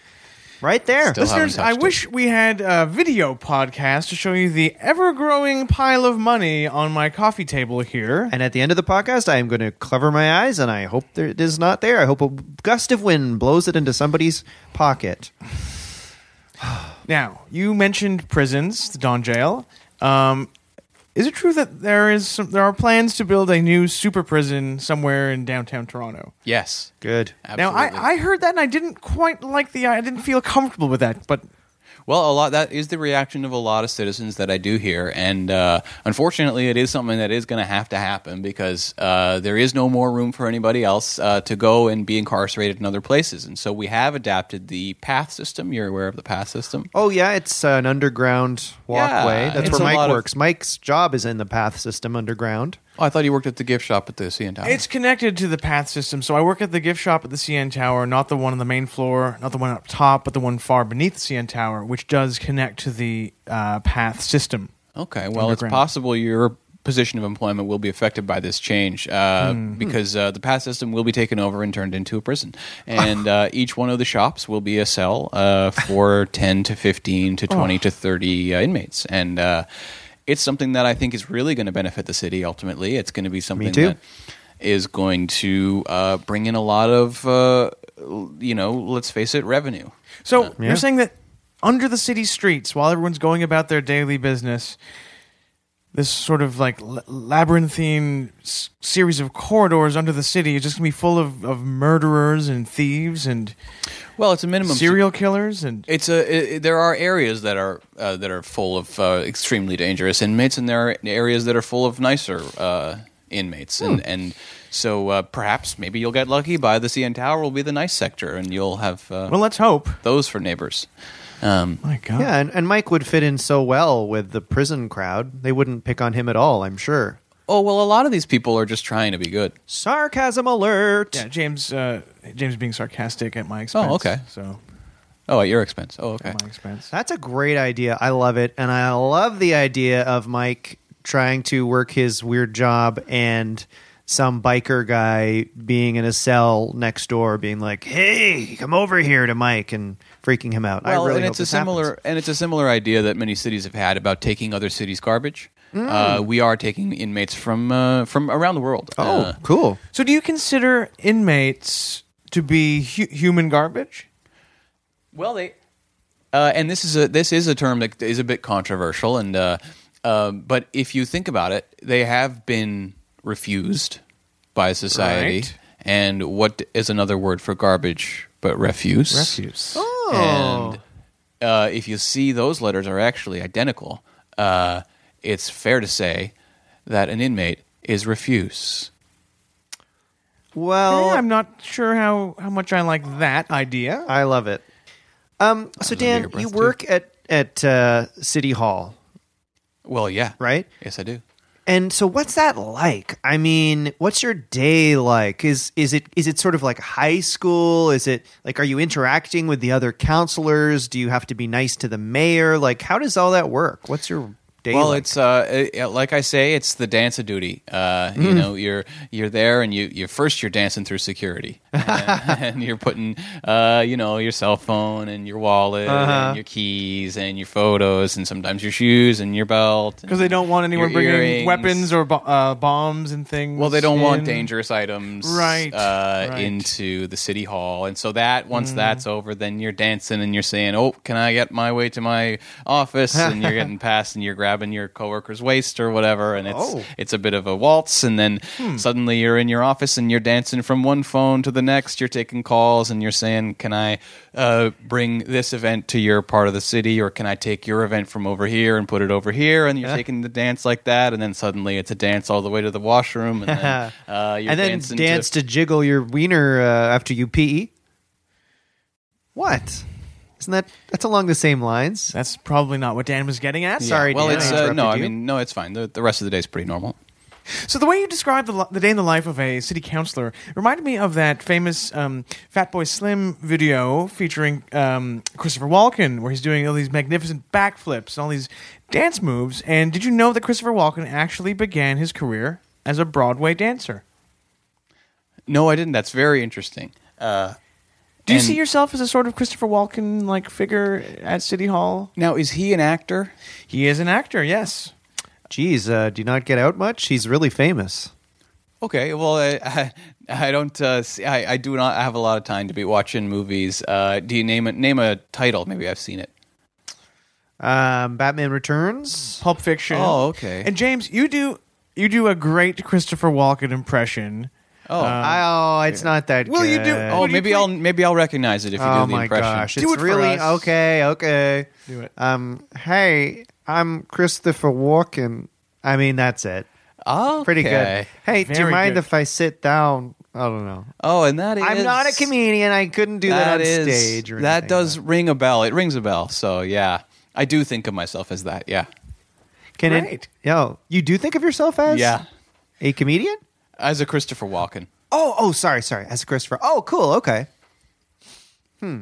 right there. Still haven't Listeners, I touched it. wish we had a video podcast to show you the ever-growing pile of money on my coffee table here. And at the end of the podcast, I am going to cover my eyes, and I hope there, it is not there. I hope a gust of wind blows it into somebody's pocket. Now, you mentioned prisons, the Don Jail. Um, is it true that there is some, there are plans to build a new super prison somewhere in downtown Toronto? yes. Good. Absolutely. Now, I, I heard that and I didn't quite like the I didn't feel comfortable with that, but Well, a lot that is the reaction of a lot of citizens that I do hear, and uh, unfortunately, it is something that is going to have to happen because uh, there is no more room for anybody else uh, to go and be incarcerated in other places. And so we have adapted the path system. You're aware of the path system. Oh yeah, it's an underground walkway. That's it's where a Mike lot of- works. Mike's job is in the path system underground. Oh, I thought you worked at the gift shop at the CN Tower. it's connected to the path system. So I work at the gift shop at the CN Tower, not the one on the main floor, not the one up top, but the one far beneath the CN Tower, which does connect to the uh, path system. Okay, well, it's Underground. possible your position of employment will be affected by this change uh, because uh, the pass system will be taken over and turned into a prison. And uh, each one of the shops will be a cell uh, for 10 to 15 to 20 to 30 uh, inmates. And uh, it's something that I think is really going to benefit the city ultimately. It's going to be something too. that is going to uh, bring in a lot of, uh, l- you know, let's face it, revenue. So Yeah. you're saying that under the city streets, while everyone's going about their daily business, this sort of like l- labyrinthine s- series of corridors under the city is just gonna be full of, of murderers and thieves Um, and Well, it's a minimum serial killers and It's a. i- i- there are areas that are uh, that are full of uh, extremely dangerous inmates, and there are areas that are full of nicer uh, inmates, and Hmm. and so uh, perhaps maybe you'll get lucky by the CN Tower will be the nice sector, and you'll have uh, well, let's hope. those for neighbors. Um, My God, Yeah, and, and Mike would fit in so well with the prison crowd. They wouldn't pick on him at all, I'm sure. oh well, a lot of these people are just trying to be good. Sarcasm alert. Yeah, James. Uh, James being sarcastic at my expense. okay. So Oh, at your expense. Oh, okay. at my expense. That's a great idea. I love it. And I love the idea of Mike trying to work his weird job and some biker guy being in a cell next door being like, "Hey, come over here to Mike." and freaking him out. Well, I really and hope it's a this similar happens. and it's a similar idea that many cities have had about taking other cities' garbage. Hmm. Uh, we are taking inmates from uh, from around the world. Oh, Uh, cool. So, do you consider inmates to be hu- human garbage? Well, they uh, and this is a this is a term that is a bit controversial, and uh, um but if you think about it, they have been refused by society. Right. And what is another word for garbage but refuse? Refuse. Oh. And uh, if you see those letters are actually identical, uh, it's fair to say that an inmate is refuse. Well, Eh, I'm not sure how, how much I like that idea. I love it. Um, so under Dan, your breath, you too. work at at uh, City Hall, Well, yeah, right? Yes, I do. And so what's that like? I mean, what's your day like? Is is it is it sort of like high school? Is it like are you interacting with the other counselors? Do you have to be nice to the mayor? Like how does all that work? What's your day Well, like? it's uh, it- it- like I say, it's the dance of duty. Uh, Mm. You know, you're you're there, and you you first you're dancing through security, and, and you're putting uh, you know your cell phone and your wallet Uh-huh. and your keys and your photos, and sometimes your shoes and your belt Because they don't want anyone Your bringing earrings. weapons or bo- uh, bombs and things. Well, they don't want in. dangerous items Right, uh, right. into the city hall, and so that once Mm. that's over, then you're dancing and you're saying, "Oh, can I get my way to my office?" and you're getting past and you're grabbing your coworker's waist or whatever, and it's Oh. Hmm. it's a bit of a waltz, and then suddenly you're in your office and you're dancing from one phone to the next, you're taking calls and you're saying, "Can I uh, bring this event to your part of the city, or can I take your event from over here and put it over here?" And you're taking the dance like that, and then suddenly it's a dance all the way to the washroom, and then uh, you're and then dancing to- dance to, jiggle your wiener uh, after you pee. What? Isn't that that's along the same lines? That's probably not what Dan was getting at. Yeah. Sorry, well, Dan, it's I uh, no. I interrupted you. mean, no, it's fine. The, the rest of the day's pretty normal. So the way you described the, li- the day in the life of a city councilor reminded me of that famous um, Fatboy Slim video featuring um, Christopher Walken, where he's doing all these magnificent backflips and all these dance moves. And did you know that Christopher Walken actually began his career as a Broadway dancer? No, I didn't. That's very interesting. Uh, Do you And- see yourself as a sort of Christopher Walken like figure at City Hall? now, is he an actor? He is an actor, yes. Geez, uh, do you not get out much? He's really famous. Okay, well, I, I, I don't. Uh, see, I, I do not have a lot of time to be watching movies. Uh, do you name it? Name a title? Maybe I've seen it. Um, Batman Returns. Pulp Fiction. Oh, okay. And James, you do you do a great Christopher Walken impression. Oh, oh, it's not that. Will you do- good. oh, would you maybe please- I'll maybe I'll recognize it if you Oh do the my impression. gosh! Do it's it for really us. okay. Okay. Do it. Um. Hey, I'm Christopher Walken. I mean, that's it. Oh, Pretty good. Hey, do you Very mind good. if I sit down? I don't know. Oh, and that is. I'm not a comedian. I couldn't do that, on is- stage. Or that anything, does but- ring a bell. It rings a bell. So yeah, I do think of myself as that. Yeah, Can it? Great. Yo, you do think of yourself as yeah, a comedian? as a Christopher Walken. Oh, oh, sorry, sorry. As Christopher. Oh, cool. Okay. Hmm.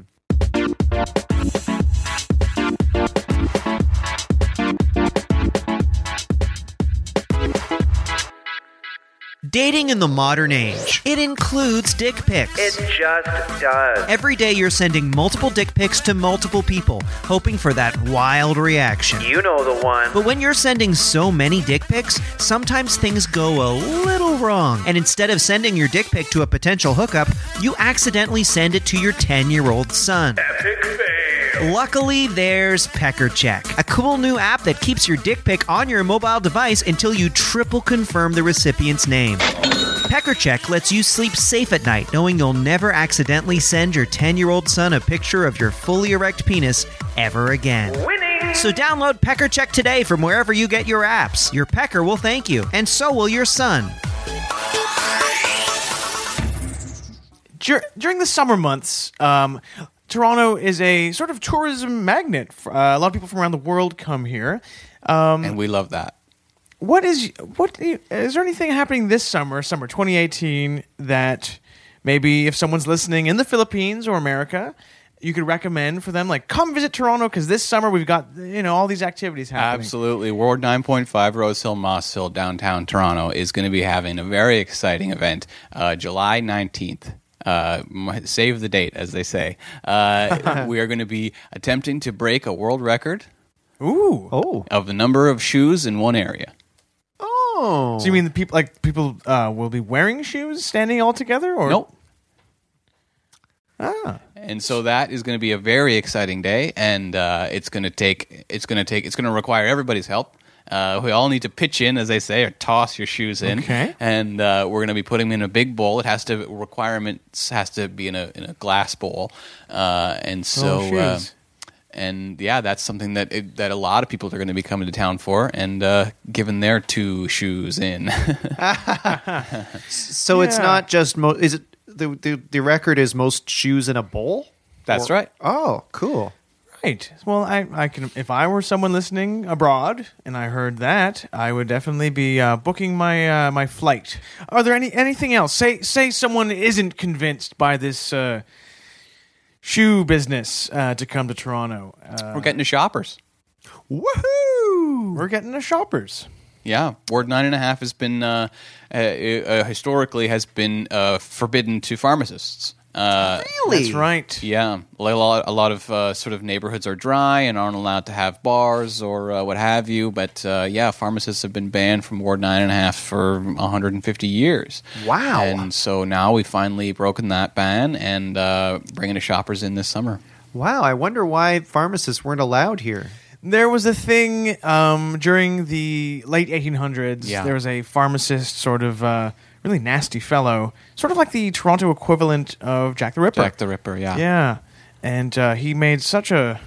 Hmm. Dating in the modern age. It includes dick pics. It just does. Every day you're sending multiple dick pics to multiple people, hoping for that wild reaction. You know the one. But when you're sending so many dick pics, sometimes things go a little wrong. And instead of sending your dick pic to a potential hookup, you accidentally send it to your 10 year old son. Epic fail. Luckily, there's Pecker Check, a cool new app that keeps your dick pic on your mobile device until you triple confirm the recipient's name. Pecker Check lets you sleep safe at night, knowing you'll never accidentally send your 10 year old son a picture of your fully erect penis ever again. Winning. So download Pecker Check today from wherever you get your apps. Your pecker will thank you, and so will your son. Dur- during the summer months, um, Toronto is a sort of tourism magnet. F- Uh, a lot of people from around the world come here. Um, and we love that. what is what do you- is there anything happening this summer, summer 2018, that maybe if someone's listening in the Philippines or America, you could recommend for them like come visit Toronto because this summer we've got you know all these activities happening. Absolutely. Ward 9.5, Rose Hill, Moss Hill, downtown Toronto is going to be having a very exciting event uh, July 19th. Uh, my- save the date, as they say. Uh, we are going to be attempting to break a world record Ooh. Oh. of the number of shoes in one area. Oh. So you mean the people like people uh, will be wearing shoes standing all together or Nope. Ah. And so that is going to be a very exciting day, and uh, it's going to take it's going to take it's going to require everybody's help. Uh, we all need to pitch in, as they say, or toss your shoes in. Okay. And uh, we're going to be putting them in a big bowl. It has to requirements has to be in a in a glass bowl, uh, and so. Oh, uh, shoes. and yeah, that's something that it, that a lot of people are going to be coming to town for, and uh, giving their two shoes in. So it's Yeah. not just mo- is it the, the the record is most shoes in a bowl? That's right. Oh, cool. Right. Well, I, I can. If I were someone listening abroad and I heard that, I would definitely be uh, booking my uh, my flight. Are there any anything else? Say say someone isn't convinced by this uh, shoe business uh, to come to Toronto. Uh, We're getting to shoppers. Woohoo! we're getting the shoppers. Yeah, Ward nine and a half has been uh, uh, uh, historically has been uh, forbidden to pharmacists. Uh, Really? That's right. Yeah, a lot, a lot of uh, sort of neighborhoods are dry and aren't allowed to have bars or uh, what have you. But uh, yeah, pharmacists have been banned from Ward Nine and a Half for 150 years. Wow. And so now we finally broken that ban and uh, bringing the shoppers in this summer. Wow, I wonder why pharmacists weren't allowed here. There was a thing um, during the late 1800s. Yeah. There was a pharmacist, sort of uh, really nasty fellow, sort of like the Toronto equivalent of Jack the Ripper. Jack the Ripper. Yeah. Yeah, and uh, he made such a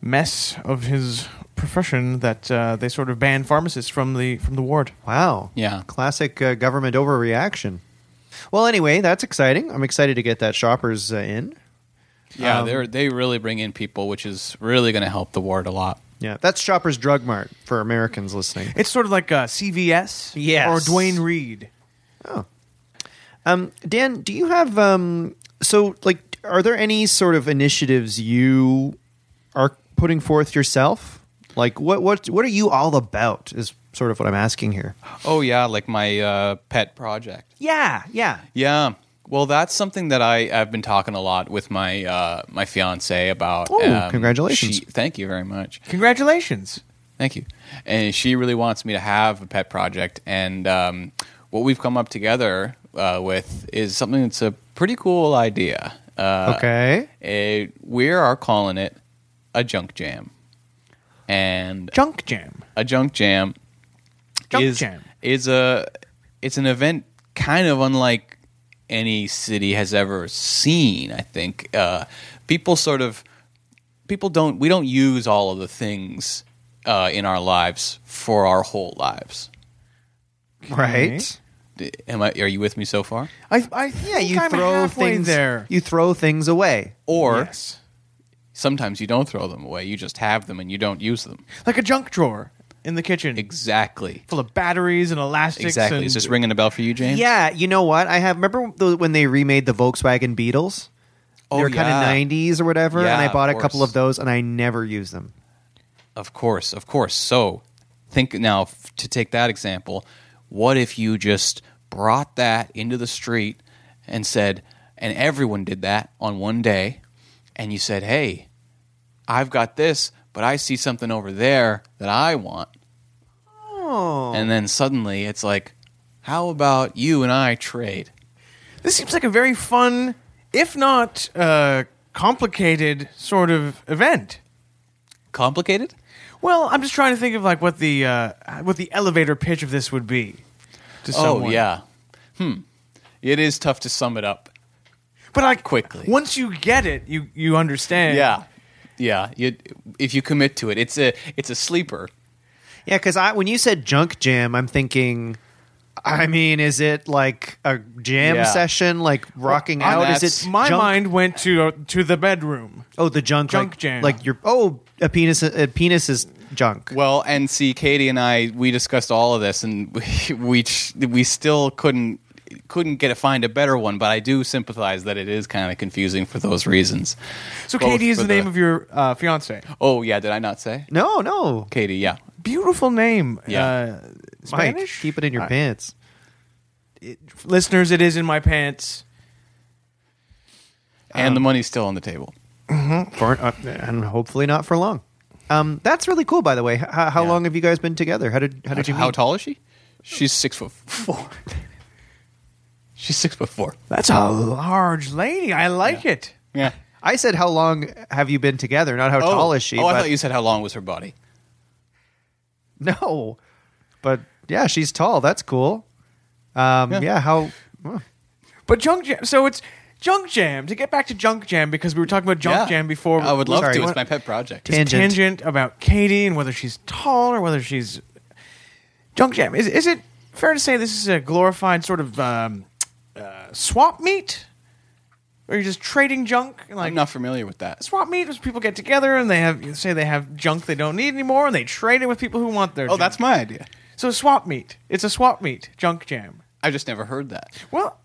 mess of his profession that uh, they sort of banned pharmacists from the from the ward. Wow. Yeah. Classic uh, government overreaction. Well, anyway, that's exciting. I'm excited to get that shoppers uh, in. Yeah, Um, they're they really bring in people, which is really going to help the ward a lot. Yeah, that's Shoppers Drug Mart for Americans listening. It's sort of like uh, CVS Yes. or Dwayne Reed. Um, Dan, do you have um, so like are there any sort of initiatives you are putting forth yourself? Like what what what are you all about? Is sort of what I'm asking here. Oh yeah, like my uh, pet project. Yeah, yeah. Yeah. Well, that's something that I I've been talking a lot with my uh, my fiance about. Um, Oh, congratulations. she- thank you very much. Congratulations! Thank you. And she really wants me to have a pet project, and um, what we've come up together uh, with is something that's a pretty cool idea. Uh, Okay. it- we are calling it a junk jam, and Junk Jam. a junk jam Junk is jam. is a it's an event kind of unlike any city has ever seen. I think uh, people sort of people don't we don't use all of the things uh, in our lives for our whole lives. Right. D- Am I? Are you with me so far? I, I yeah, You throw things there. You throw things away. Or Yes. sometimes you don't throw them away; you just have them and you don't use them. like a junk drawer in the kitchen, Exactly. full of batteries and elastics. Exactly. and- Is this ringing a bell for you, James? Yeah, you know what? I have remember the, when they remade the Volkswagen Beetles. Oh, they were kind yeah. of '90s or whatever, Yeah, and I of bought a course. couple of those, and I never use them. Of course, of course. So, think now f- to take that example. What if you just brought that into the street and said, and everyone did that on one day, and you said, hey, I've got this, but I see something over there that I want. Oh, And then suddenly it's like, how about you and I trade? This seems like a very fun, if not uh, complicated, sort of event. Complicated? Well, I'm just trying to think of like what the uh, what the elevator pitch of this would be to someone. Oh, yeah. Hmm. It is tough to sum it up. but like Quickly. Once you get it, you you understand. Yeah. Yeah, you, if you commit to it, it's a it's a sleeper. yeah. Because I, when you said junk jam, I'm thinking. I mean, is it like a jam Yeah. session, like rocking Well, out? Is that's- it My junk- mind went to uh, to the bedroom. Oh, the junk, Junk like, jam. Like your oh, a penis, a penis is junk. Well, and see, Katie and I, we discussed all of this, and we we, ch- we still couldn't couldn't get a, find a better one. But I do sympathize that it is kind of confusing for those reasons. So Both Katie is for the name of your uh, fiance. Oh yeah, did I not say No, no, Katie? Yeah, Beautiful name. Yeah. Uh, Mike, Spanish. keep it in your Uh, pants. listeners. It is in my pants. and the money's still on the table. for, uh, and hopefully not for long. Um, that's really cool, by the way. H- how how Yeah. long have you guys been together? How did how did you meet? How tall is she? She's six foot four. She's six foot four. That's a large lady. I like it. Yeah. I said, how long have you been together? Not how tall is she? Oh, I but- thought you said how long was her body. no, but yeah, she's tall. That's cool. Um, yeah. Yeah. how? well, But junk jam. So it's junk jam. To get back to junk jam because we were talking about junk Yeah. jam before. I would love Sorry, to. It's what- my pet project. Ten- It's Tangent. tangent about Katie and whether she's tall or whether she's junk jam. Is is it fair to say this is a glorified sort of um, uh, swap meet? where you're just trading junk. and, Like I'm not familiar with that. swap meet is people get together and they have say they have junk they don't need anymore and they trade it with people who want their. Oh, junk. that's my idea. so swap meet. It's a swap meet junk jam. I just never heard that. Well,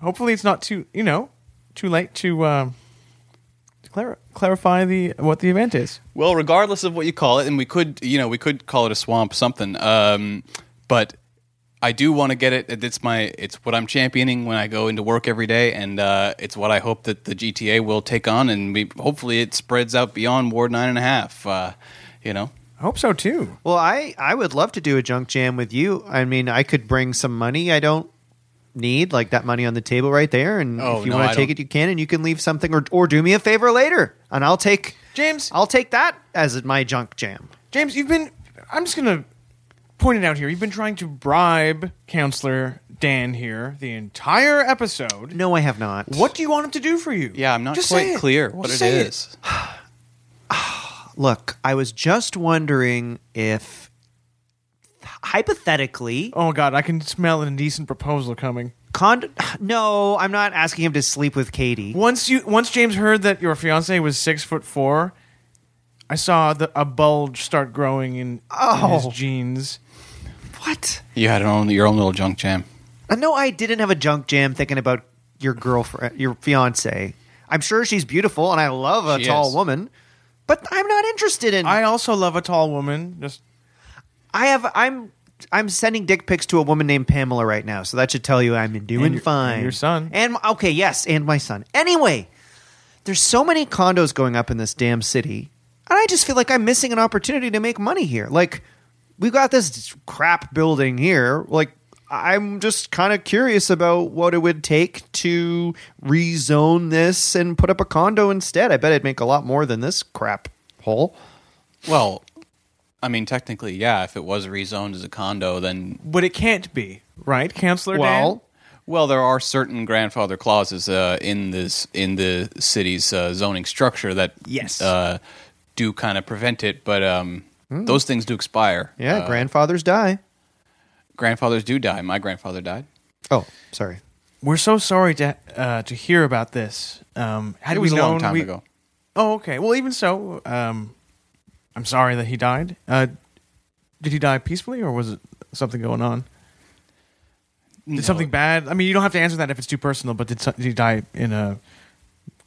hopefully it's not too you know too late to um, to clar- clarify the what the event is. Well, regardless of what you call it, and we could, you know, we could call it a swamp something. Um, but I do want to get it. It's my, it's what I'm championing when I go into work every day, and uh, it's what I hope that the GTA will take on, and we hopefully it spreads out beyond Ward nine and a half. Uh, you know, I hope so too. Well, I I would love to do a junk jam with you. I mean, I could bring some money I don't need, like that money on the table right there. And Oh, if you no, want I to take it, don't- you can, and you can leave something, or or do me a favor later, and I'll take James, I'll take that as my junk jam. James, you've been. I'm just gonna point it out here. You've been trying to bribe counselor Dan here the entire episode. No, I have not. What do you want him to do for you? yeah, I'm not Just say quite it. clear what Just it say is. Look, I was just wondering if hypothetically Oh God, I can smell an indecent proposal coming. Cond- no, I'm not asking him to sleep with Katie. Once you, once James heard that your fiance was six foot four, I saw the, a bulge start growing in, in Oh. his jeans. What? You had an own, your own little junk jam. Uh, No, I didn't have a junk jam thinking about your girlfriend, your fiance. I'm sure she's beautiful and I love a She tall is. woman, but I'm not interested in. I I, also love a tall woman. Just have. I'm. I'm sending dick pics to a woman named Pamela right now, so that should tell you I'm doing And your- fine. and your son. and okay, yes, and my son. Anyway, there's so many condos going up in this damn city, and I just feel like I'm missing an opportunity to make money here. Like, we've got this crap building here. Like, I'm just kind of curious about what it would take to rezone this and put up a condo instead. I bet I'd make a lot more than this crap hole. Well, I mean, technically, yeah. If it was rezoned as a condo, then but it can't be right, counselor Dan. Well, Well, there are certain grandfather clauses uh, in this in the city's uh, zoning structure that Yes. uh, do kind of prevent it, but um, Hmm. those things do expire. yeah, Uh, grandfathers die. grandfathers do die. My grandfather died. Oh, sorry. We're so sorry to uh, to hear about this. Um, had It was we a known long time we- ago. Oh, okay. Well, even so, um, I'm sorry that he died. Uh, did he die peacefully, or was it something going on? Did No. something bad? I mean, you don't have to answer that if it's too personal. But did, so- did he die in a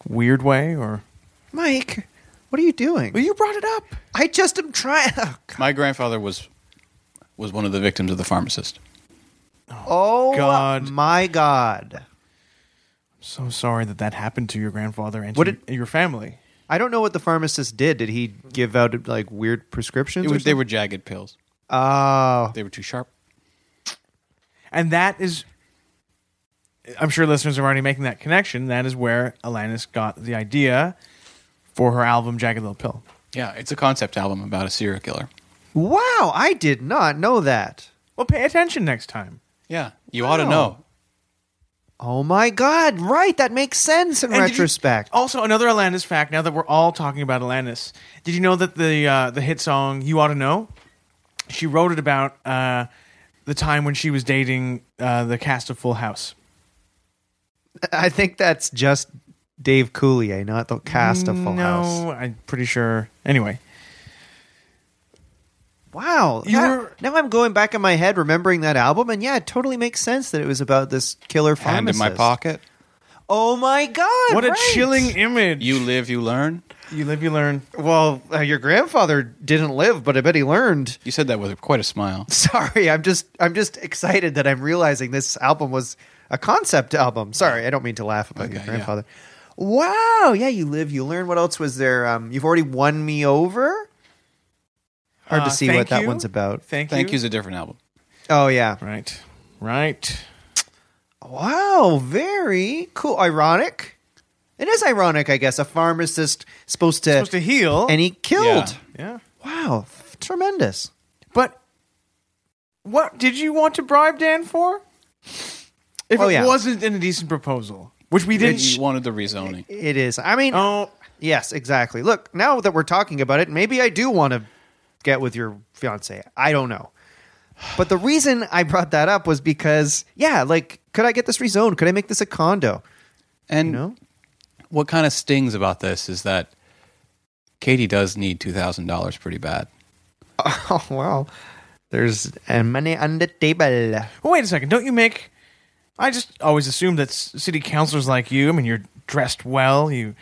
weird way, or? Mike, what are you doing? Well, you brought it up. I just am oh, trying. My grandfather was was one of the victims of the pharmacist. Oh God. my God! So sorry that that happened to your grandfather and What to did- your family. I don't know what the pharmacist did. Did he give out like weird prescriptions? It or was, they something? were jagged pills. Oh, They were too sharp. And that is, I'm sure listeners are already making that connection. That is where Alanis got the idea for her album Jagged Little Pill. Yeah, it's a concept album about a serial killer. wow! I did not know that. Well, pay attention next time. Yeah, you ought to Wow. know. Oh my God! Right, that makes sense in And did you- retrospect. also, another Alanis fact. Now that we're all talking about Alanis, did you know that the uh, the hit song "You Ought to Know," she wrote it about uh, the time when she was dating uh, the cast of Full House. I think that's just Dave Coulier, not the cast of Full no, House. I'm pretty sure. Anyway, Wow! You that- were- now I'm going back in my head, remembering that album, and yeah, it totally makes sense that it was about this killer Hand in pharmacist. my pocket. Oh my God! what right. a chilling image! You live, you learn. you live, you learn. Well, uh, your grandfather didn't live, but I bet he learned. You said that with quite a smile. sorry i'm just i'm just excited that i'm realizing this album was a concept album sorry i don't mean to laugh about your Okay, yeah. grandfather wow yeah you live you learn what else was there um, you've already won me over hard Uh, to see thank what that you. one's about Thank you. Thank you's a different album. oh yeah Right. Right. wow very cool ironic it is ironic i guess a pharmacist supposed to, Supposed to heal. and he killed yeah. wow f- tremendous But what did you want to bribe Dan for? If Oh, it yeah. wasn't an indecent proposal, which we didn't. You wanted the rezoning. it is i mean oh, Yes, exactly. Look, now that we're talking about it, maybe I do want to get with your fiance. I don't know. But the reason I brought that up was because, yeah, like, could I get this rezoned? Could I make this a condo? And You know? what kind of stings about this is that Katie does need two thousand dollars pretty bad. Oh wow. There's uh, money on the table. Well, wait a second. Don't you make? I just always assumed that s- city councilors like you. I mean, you're dressed well. You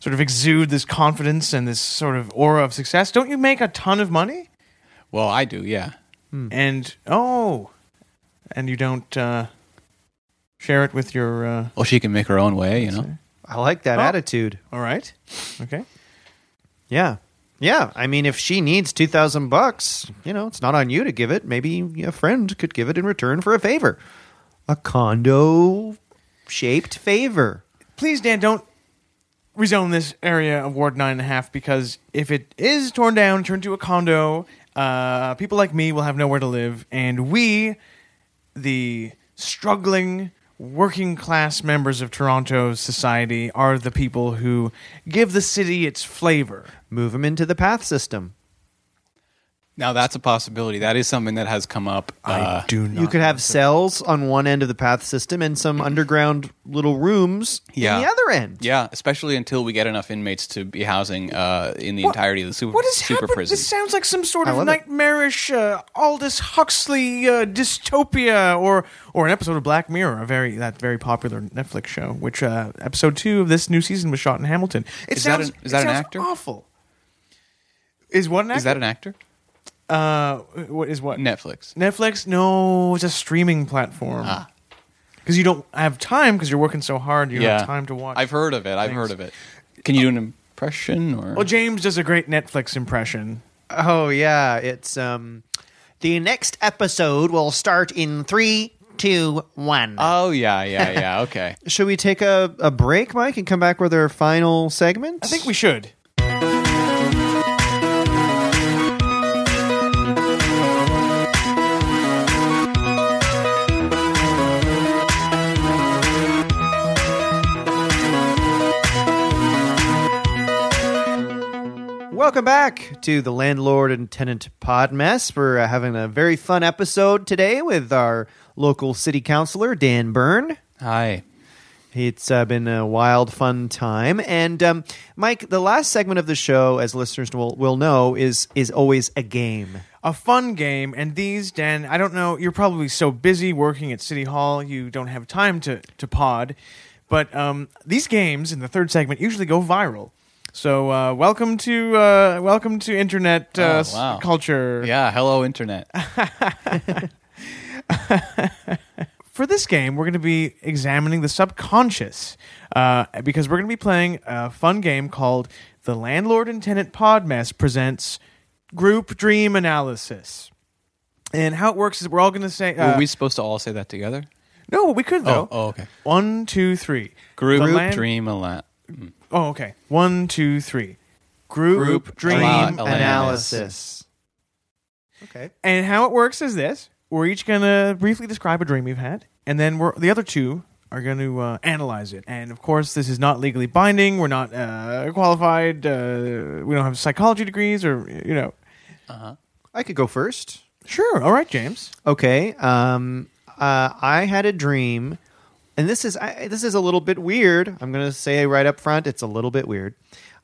sort of exude this confidence and this sort of aura of success. Don't you make a ton of money? Well, I do, yeah. And oh, and you don't uh, share it with your. Uh, Well, she can make her own way, you know. I like that Oh. attitude. all right. Okay. Yeah. Yeah, I mean, if she needs two thousand bucks, you know, it's not on you to give it. Maybe a friend could give it in return for a favor, a condo-shaped favor. Please, Dan, don't rezone this area of Ward Nine and a Half because if it is torn down, turned to a condo, uh, people like me will have nowhere to live, and we, the struggling working class members of Toronto society, are the people who give the city its flavor. Move them into the path system. Now that's a possibility. That is something that has come up. uh, do not. You could have cells on one end of the path system and some underground little rooms Yeah. on the other end. Yeah, especially until we get enough inmates to be housing uh, in the What- entirety of the super What is super happening? prison. This sounds like some sort I of love it. nightmarish uh, Aldous Huxley uh, dystopia, or or an episode of Black Mirror, a very that very popular Netflix show. Which uh, episode two of this new season was shot in Hamilton. It Is that sounds an- is that it an sounds actor? Awful. Is what an actor? Is that an actor? uh, what is what Netflix. Netflix? No, it's a streaming platform. Ah. Because you don't have time because you're working so hard, you don't have time to watch. I've heard of it. I've heard of it. Can you do an impression or? Well, James does a great Netflix impression. Oh yeah, it's um the next episode will start in three, two, one. oh yeah, yeah, yeah. Okay. Should we take a, a break, Mike, and come back with our final segment? I think we should. Welcome back to the Landlord and Tenant Pod Mess. We're uh, having a very fun episode today with our local city councilor, Dan Byrne. Hi. It's uh, been a wild, fun time. And um, Mike, the last segment of the show, as listeners will, will know, is is always a game. a fun game. And these, Dan, I don't know, you're probably so busy working at City Hall, you don't have time to, to pod. But um, these games in the third segment usually go viral. So uh, welcome to uh, welcome to internet uh, Oh, s- wow. culture. Yeah. Hello, internet. For this game, we're going to be examining the subconscious uh, because we're going to be playing a fun game called "The Landlord and Tenant Pod Mess Presents Group Dream Analysis." And how it works is we're all going to say uh, Were we supposed to all say that together? No, we could though. Oh, oh, okay. One, two, three. Group, The land- dream a lot. Oh, okay. One, two, three. Group, Group dream Allow- analysis. allow- analysis. Okay. And how it works is this: we're each gonna briefly describe a dream we've had, and then we're the other two are going to uh, analyze it. And of course, this is not legally binding. We're not uh, qualified. Uh, we don't have psychology degrees, or you know. I could go first. Sure. All right, James. Okay. Um, uh, I had a dream, and this is I, this is a little bit weird. I'm going to say right up front, it's a little bit weird.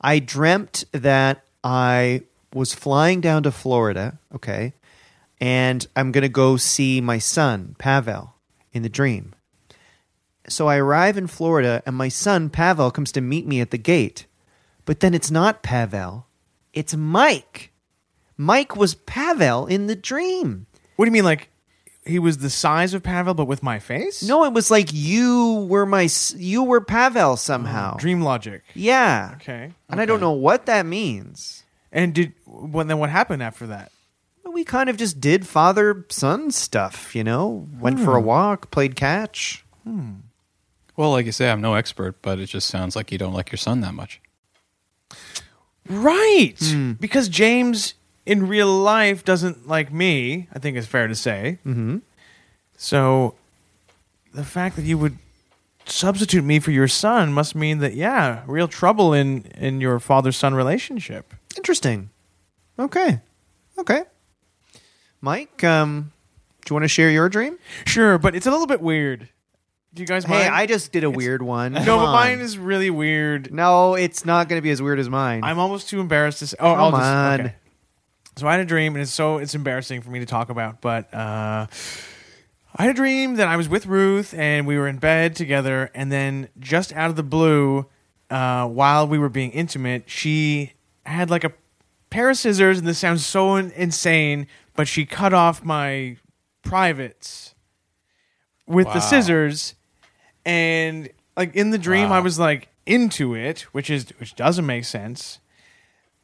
I dreamt that I was flying down to Florida. Okay, and I'm going to go see my son Pavel in the dream. So I arrive in Florida, and my son Pavel comes to meet me at the gate. But then it's not Pavel, it's Mike. Mike was Pavel in the dream. What do you mean, like? He was the size of Pavel, but with my face. No, it was like you were my s- you were Pavel somehow. Dream logic. Yeah. Okay. And I don't know what that means. And did well, then what happened after that? But We kind of just did father son stuff, you know. Went for a Hmm. walk, played catch. Well, like you say, I'm no expert, but it just sounds like you don't like your son that much. Right. Hmm. Because James in real life doesn't like me, I think it's fair to say. Mm-hmm. So the fact that you would substitute me for your son must mean that yeah, real trouble in in your father son relationship. Interesting. Okay. Okay. Mike, um, do you want to share your dream? Sure, but it's a little bit weird. Do you guys mind? Hey, I just did a weird one. no, Come but on. mine is really weird. No, it's not going to be as weird as mine. I'm almost too embarrassed to. Say, oh, I'll Come just, on. okay. So I had a dream, and it's so it's embarrassing for me to talk about, but uh, I had a dream that I was with Ruth, and we were in bed together, and then just out of the blue, uh, while we were being intimate, she had like a pair of scissors, and this sounds so in- insane, but she cut off my privates with the scissors and like in the dream i was like into it which is which doesn't make sense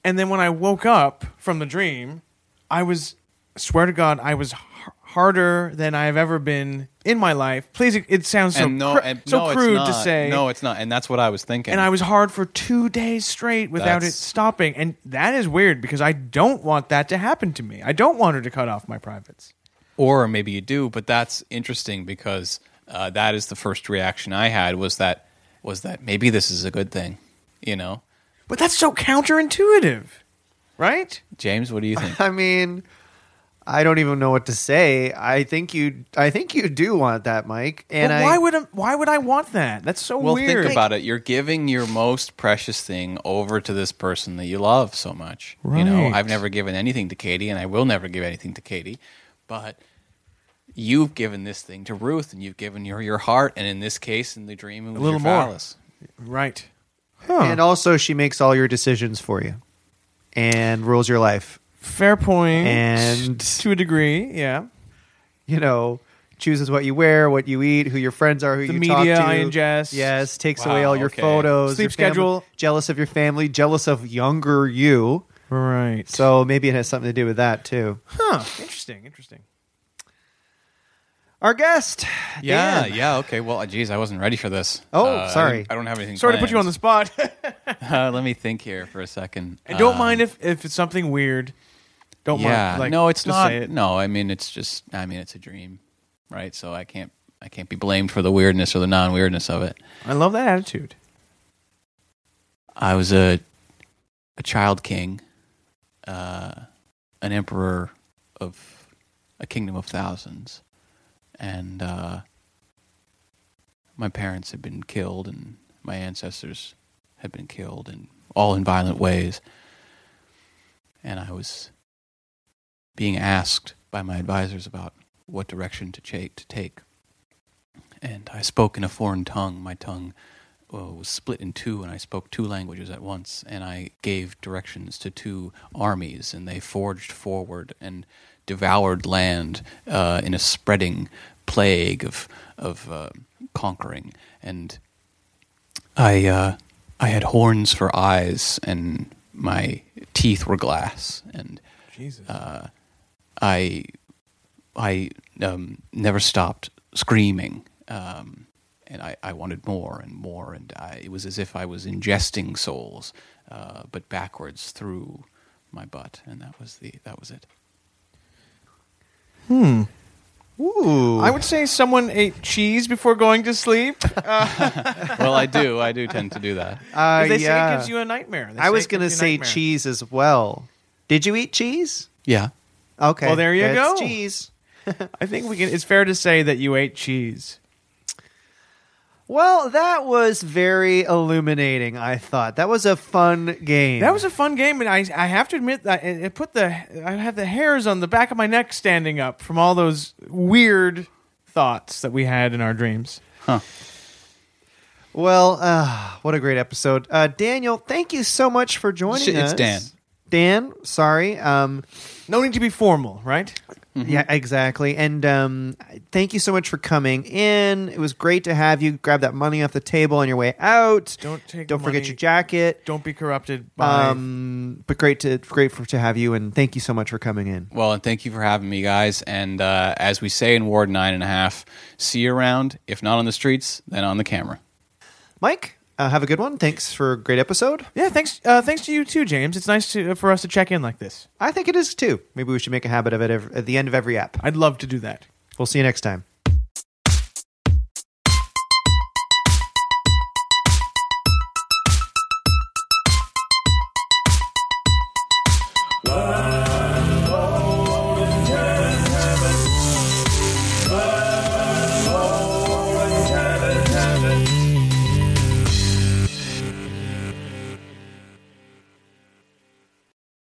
and then when i woke up from the dream i was swear to god i was h- harder than i've ever been in my life please it, it sounds so, and no, cr- and so no, crude it's not. to say No, it's not. And that's what I was thinking. and I was hard for two days straight without it That's- stopping, and that is weird because I don't want that to happen to me. I don't want her to cut off my privates. or maybe you do, but that's interesting because uh, that is the first reaction I had was that was that maybe this is a good thing, you know? But that's so counterintuitive, right? James, what do you think? I mean, I don't even know what to say. I think you. I think you do want that, Mike. And But I, why would I, why would I want that? That's so well, weird. think about it. You're giving your most precious thing over to this person that you love so much. You know, Right. I've never given anything to Katie, and I will never give anything to Katie, but. You've given this thing to Ruth, and you've given her your heart, and in this case, in the dream, it was little your more. phallus. right. and also she makes all your decisions for you, and rules your life. Fair point. And- to a degree, yeah. You know, chooses what you wear, what you eat, who your friends are, who The you media talk to. I ingest. Yes, takes Wow, away all your okay. photos, Sleep your family- schedule. Jealous of your family, jealous of younger you. Right. So maybe it has something to do with that too. huh. Interesting. Interesting. Our guest. Yeah, Dan. yeah, okay. Well, uh, geez, I wasn't ready for this. Oh, Uh, I didn't- sorry. I don't have anything. Sorry to put you on the planned. spot. Uh, let me think here for a second. and don't Um, mind if, if it's something weird. Don't yeah, mind. Like, no, it's just not. Say it. No, I mean it's just. I mean it's a dream, right? So I can't. I can't be blamed for the weirdness or the non-weirdness of it. I love that attitude. I was a a child king, uh, an emperor of a kingdom of thousands, and uh, my parents had been killed, and my ancestors had been killed, and all in violent ways. And I was being asked by my advisors about what direction to, cha- to take. And I spoke in a foreign tongue. My tongue well, was split in two, and I spoke two languages at once, and I gave directions to two armies, and they forged forward and devoured land uh, in a spreading plague of of uh, conquering. And I uh, I had horns for eyes, and my teeth were glass, and uh, Jesus. I I um, never stopped screaming, um, and I, I wanted more and more, and I, it was as if I was ingesting souls, uh, but backwards through my butt, and that was the that was it. Ooh. I would say someone ate cheese before going to sleep. Well, I do I do tend to do that. Uh, they say yeah. it gives you a nightmare. They I say was it gives going to you a say nightmare. cheese as well. Did you eat cheese? Yeah, Okay. Well, there you That's go. Cheese. I think we can. It's fair to say that you ate cheese. Well, that was very illuminating, I thought. That was a fun game. That was a fun game, and I, I have to admit that it, it put the I have the hairs on the back of my neck standing up from all those weird thoughts that we had in our dreams. Well, uh, what a great episode. Uh, Daniel, thank you so much for joining us. It's- it's Dan. Dan, sorry. Um, No need to be formal, right? Mm-hmm. Yeah, exactly. And um, thank you so much for coming in. It was great to have you. Grab that money off the table on your way out. Don't take Don't the forget money. your jacket. Don't be corrupted by. Um, but great to great for, to have you, and thank you so much for coming in. Well, and thank you for having me, guys. And uh, as we say in Ward Nine and a Half, see you around. If not on the streets, then on the camera. Mike, uh, have a good one. Thanks for a great episode. yeah, thanks. Uh, thanks to you too, James. It's nice to, for us to check in like this. I think it is too. Maybe we should make a habit of it ev- at the end of every app. I'd love to do that. We'll see you next time. One.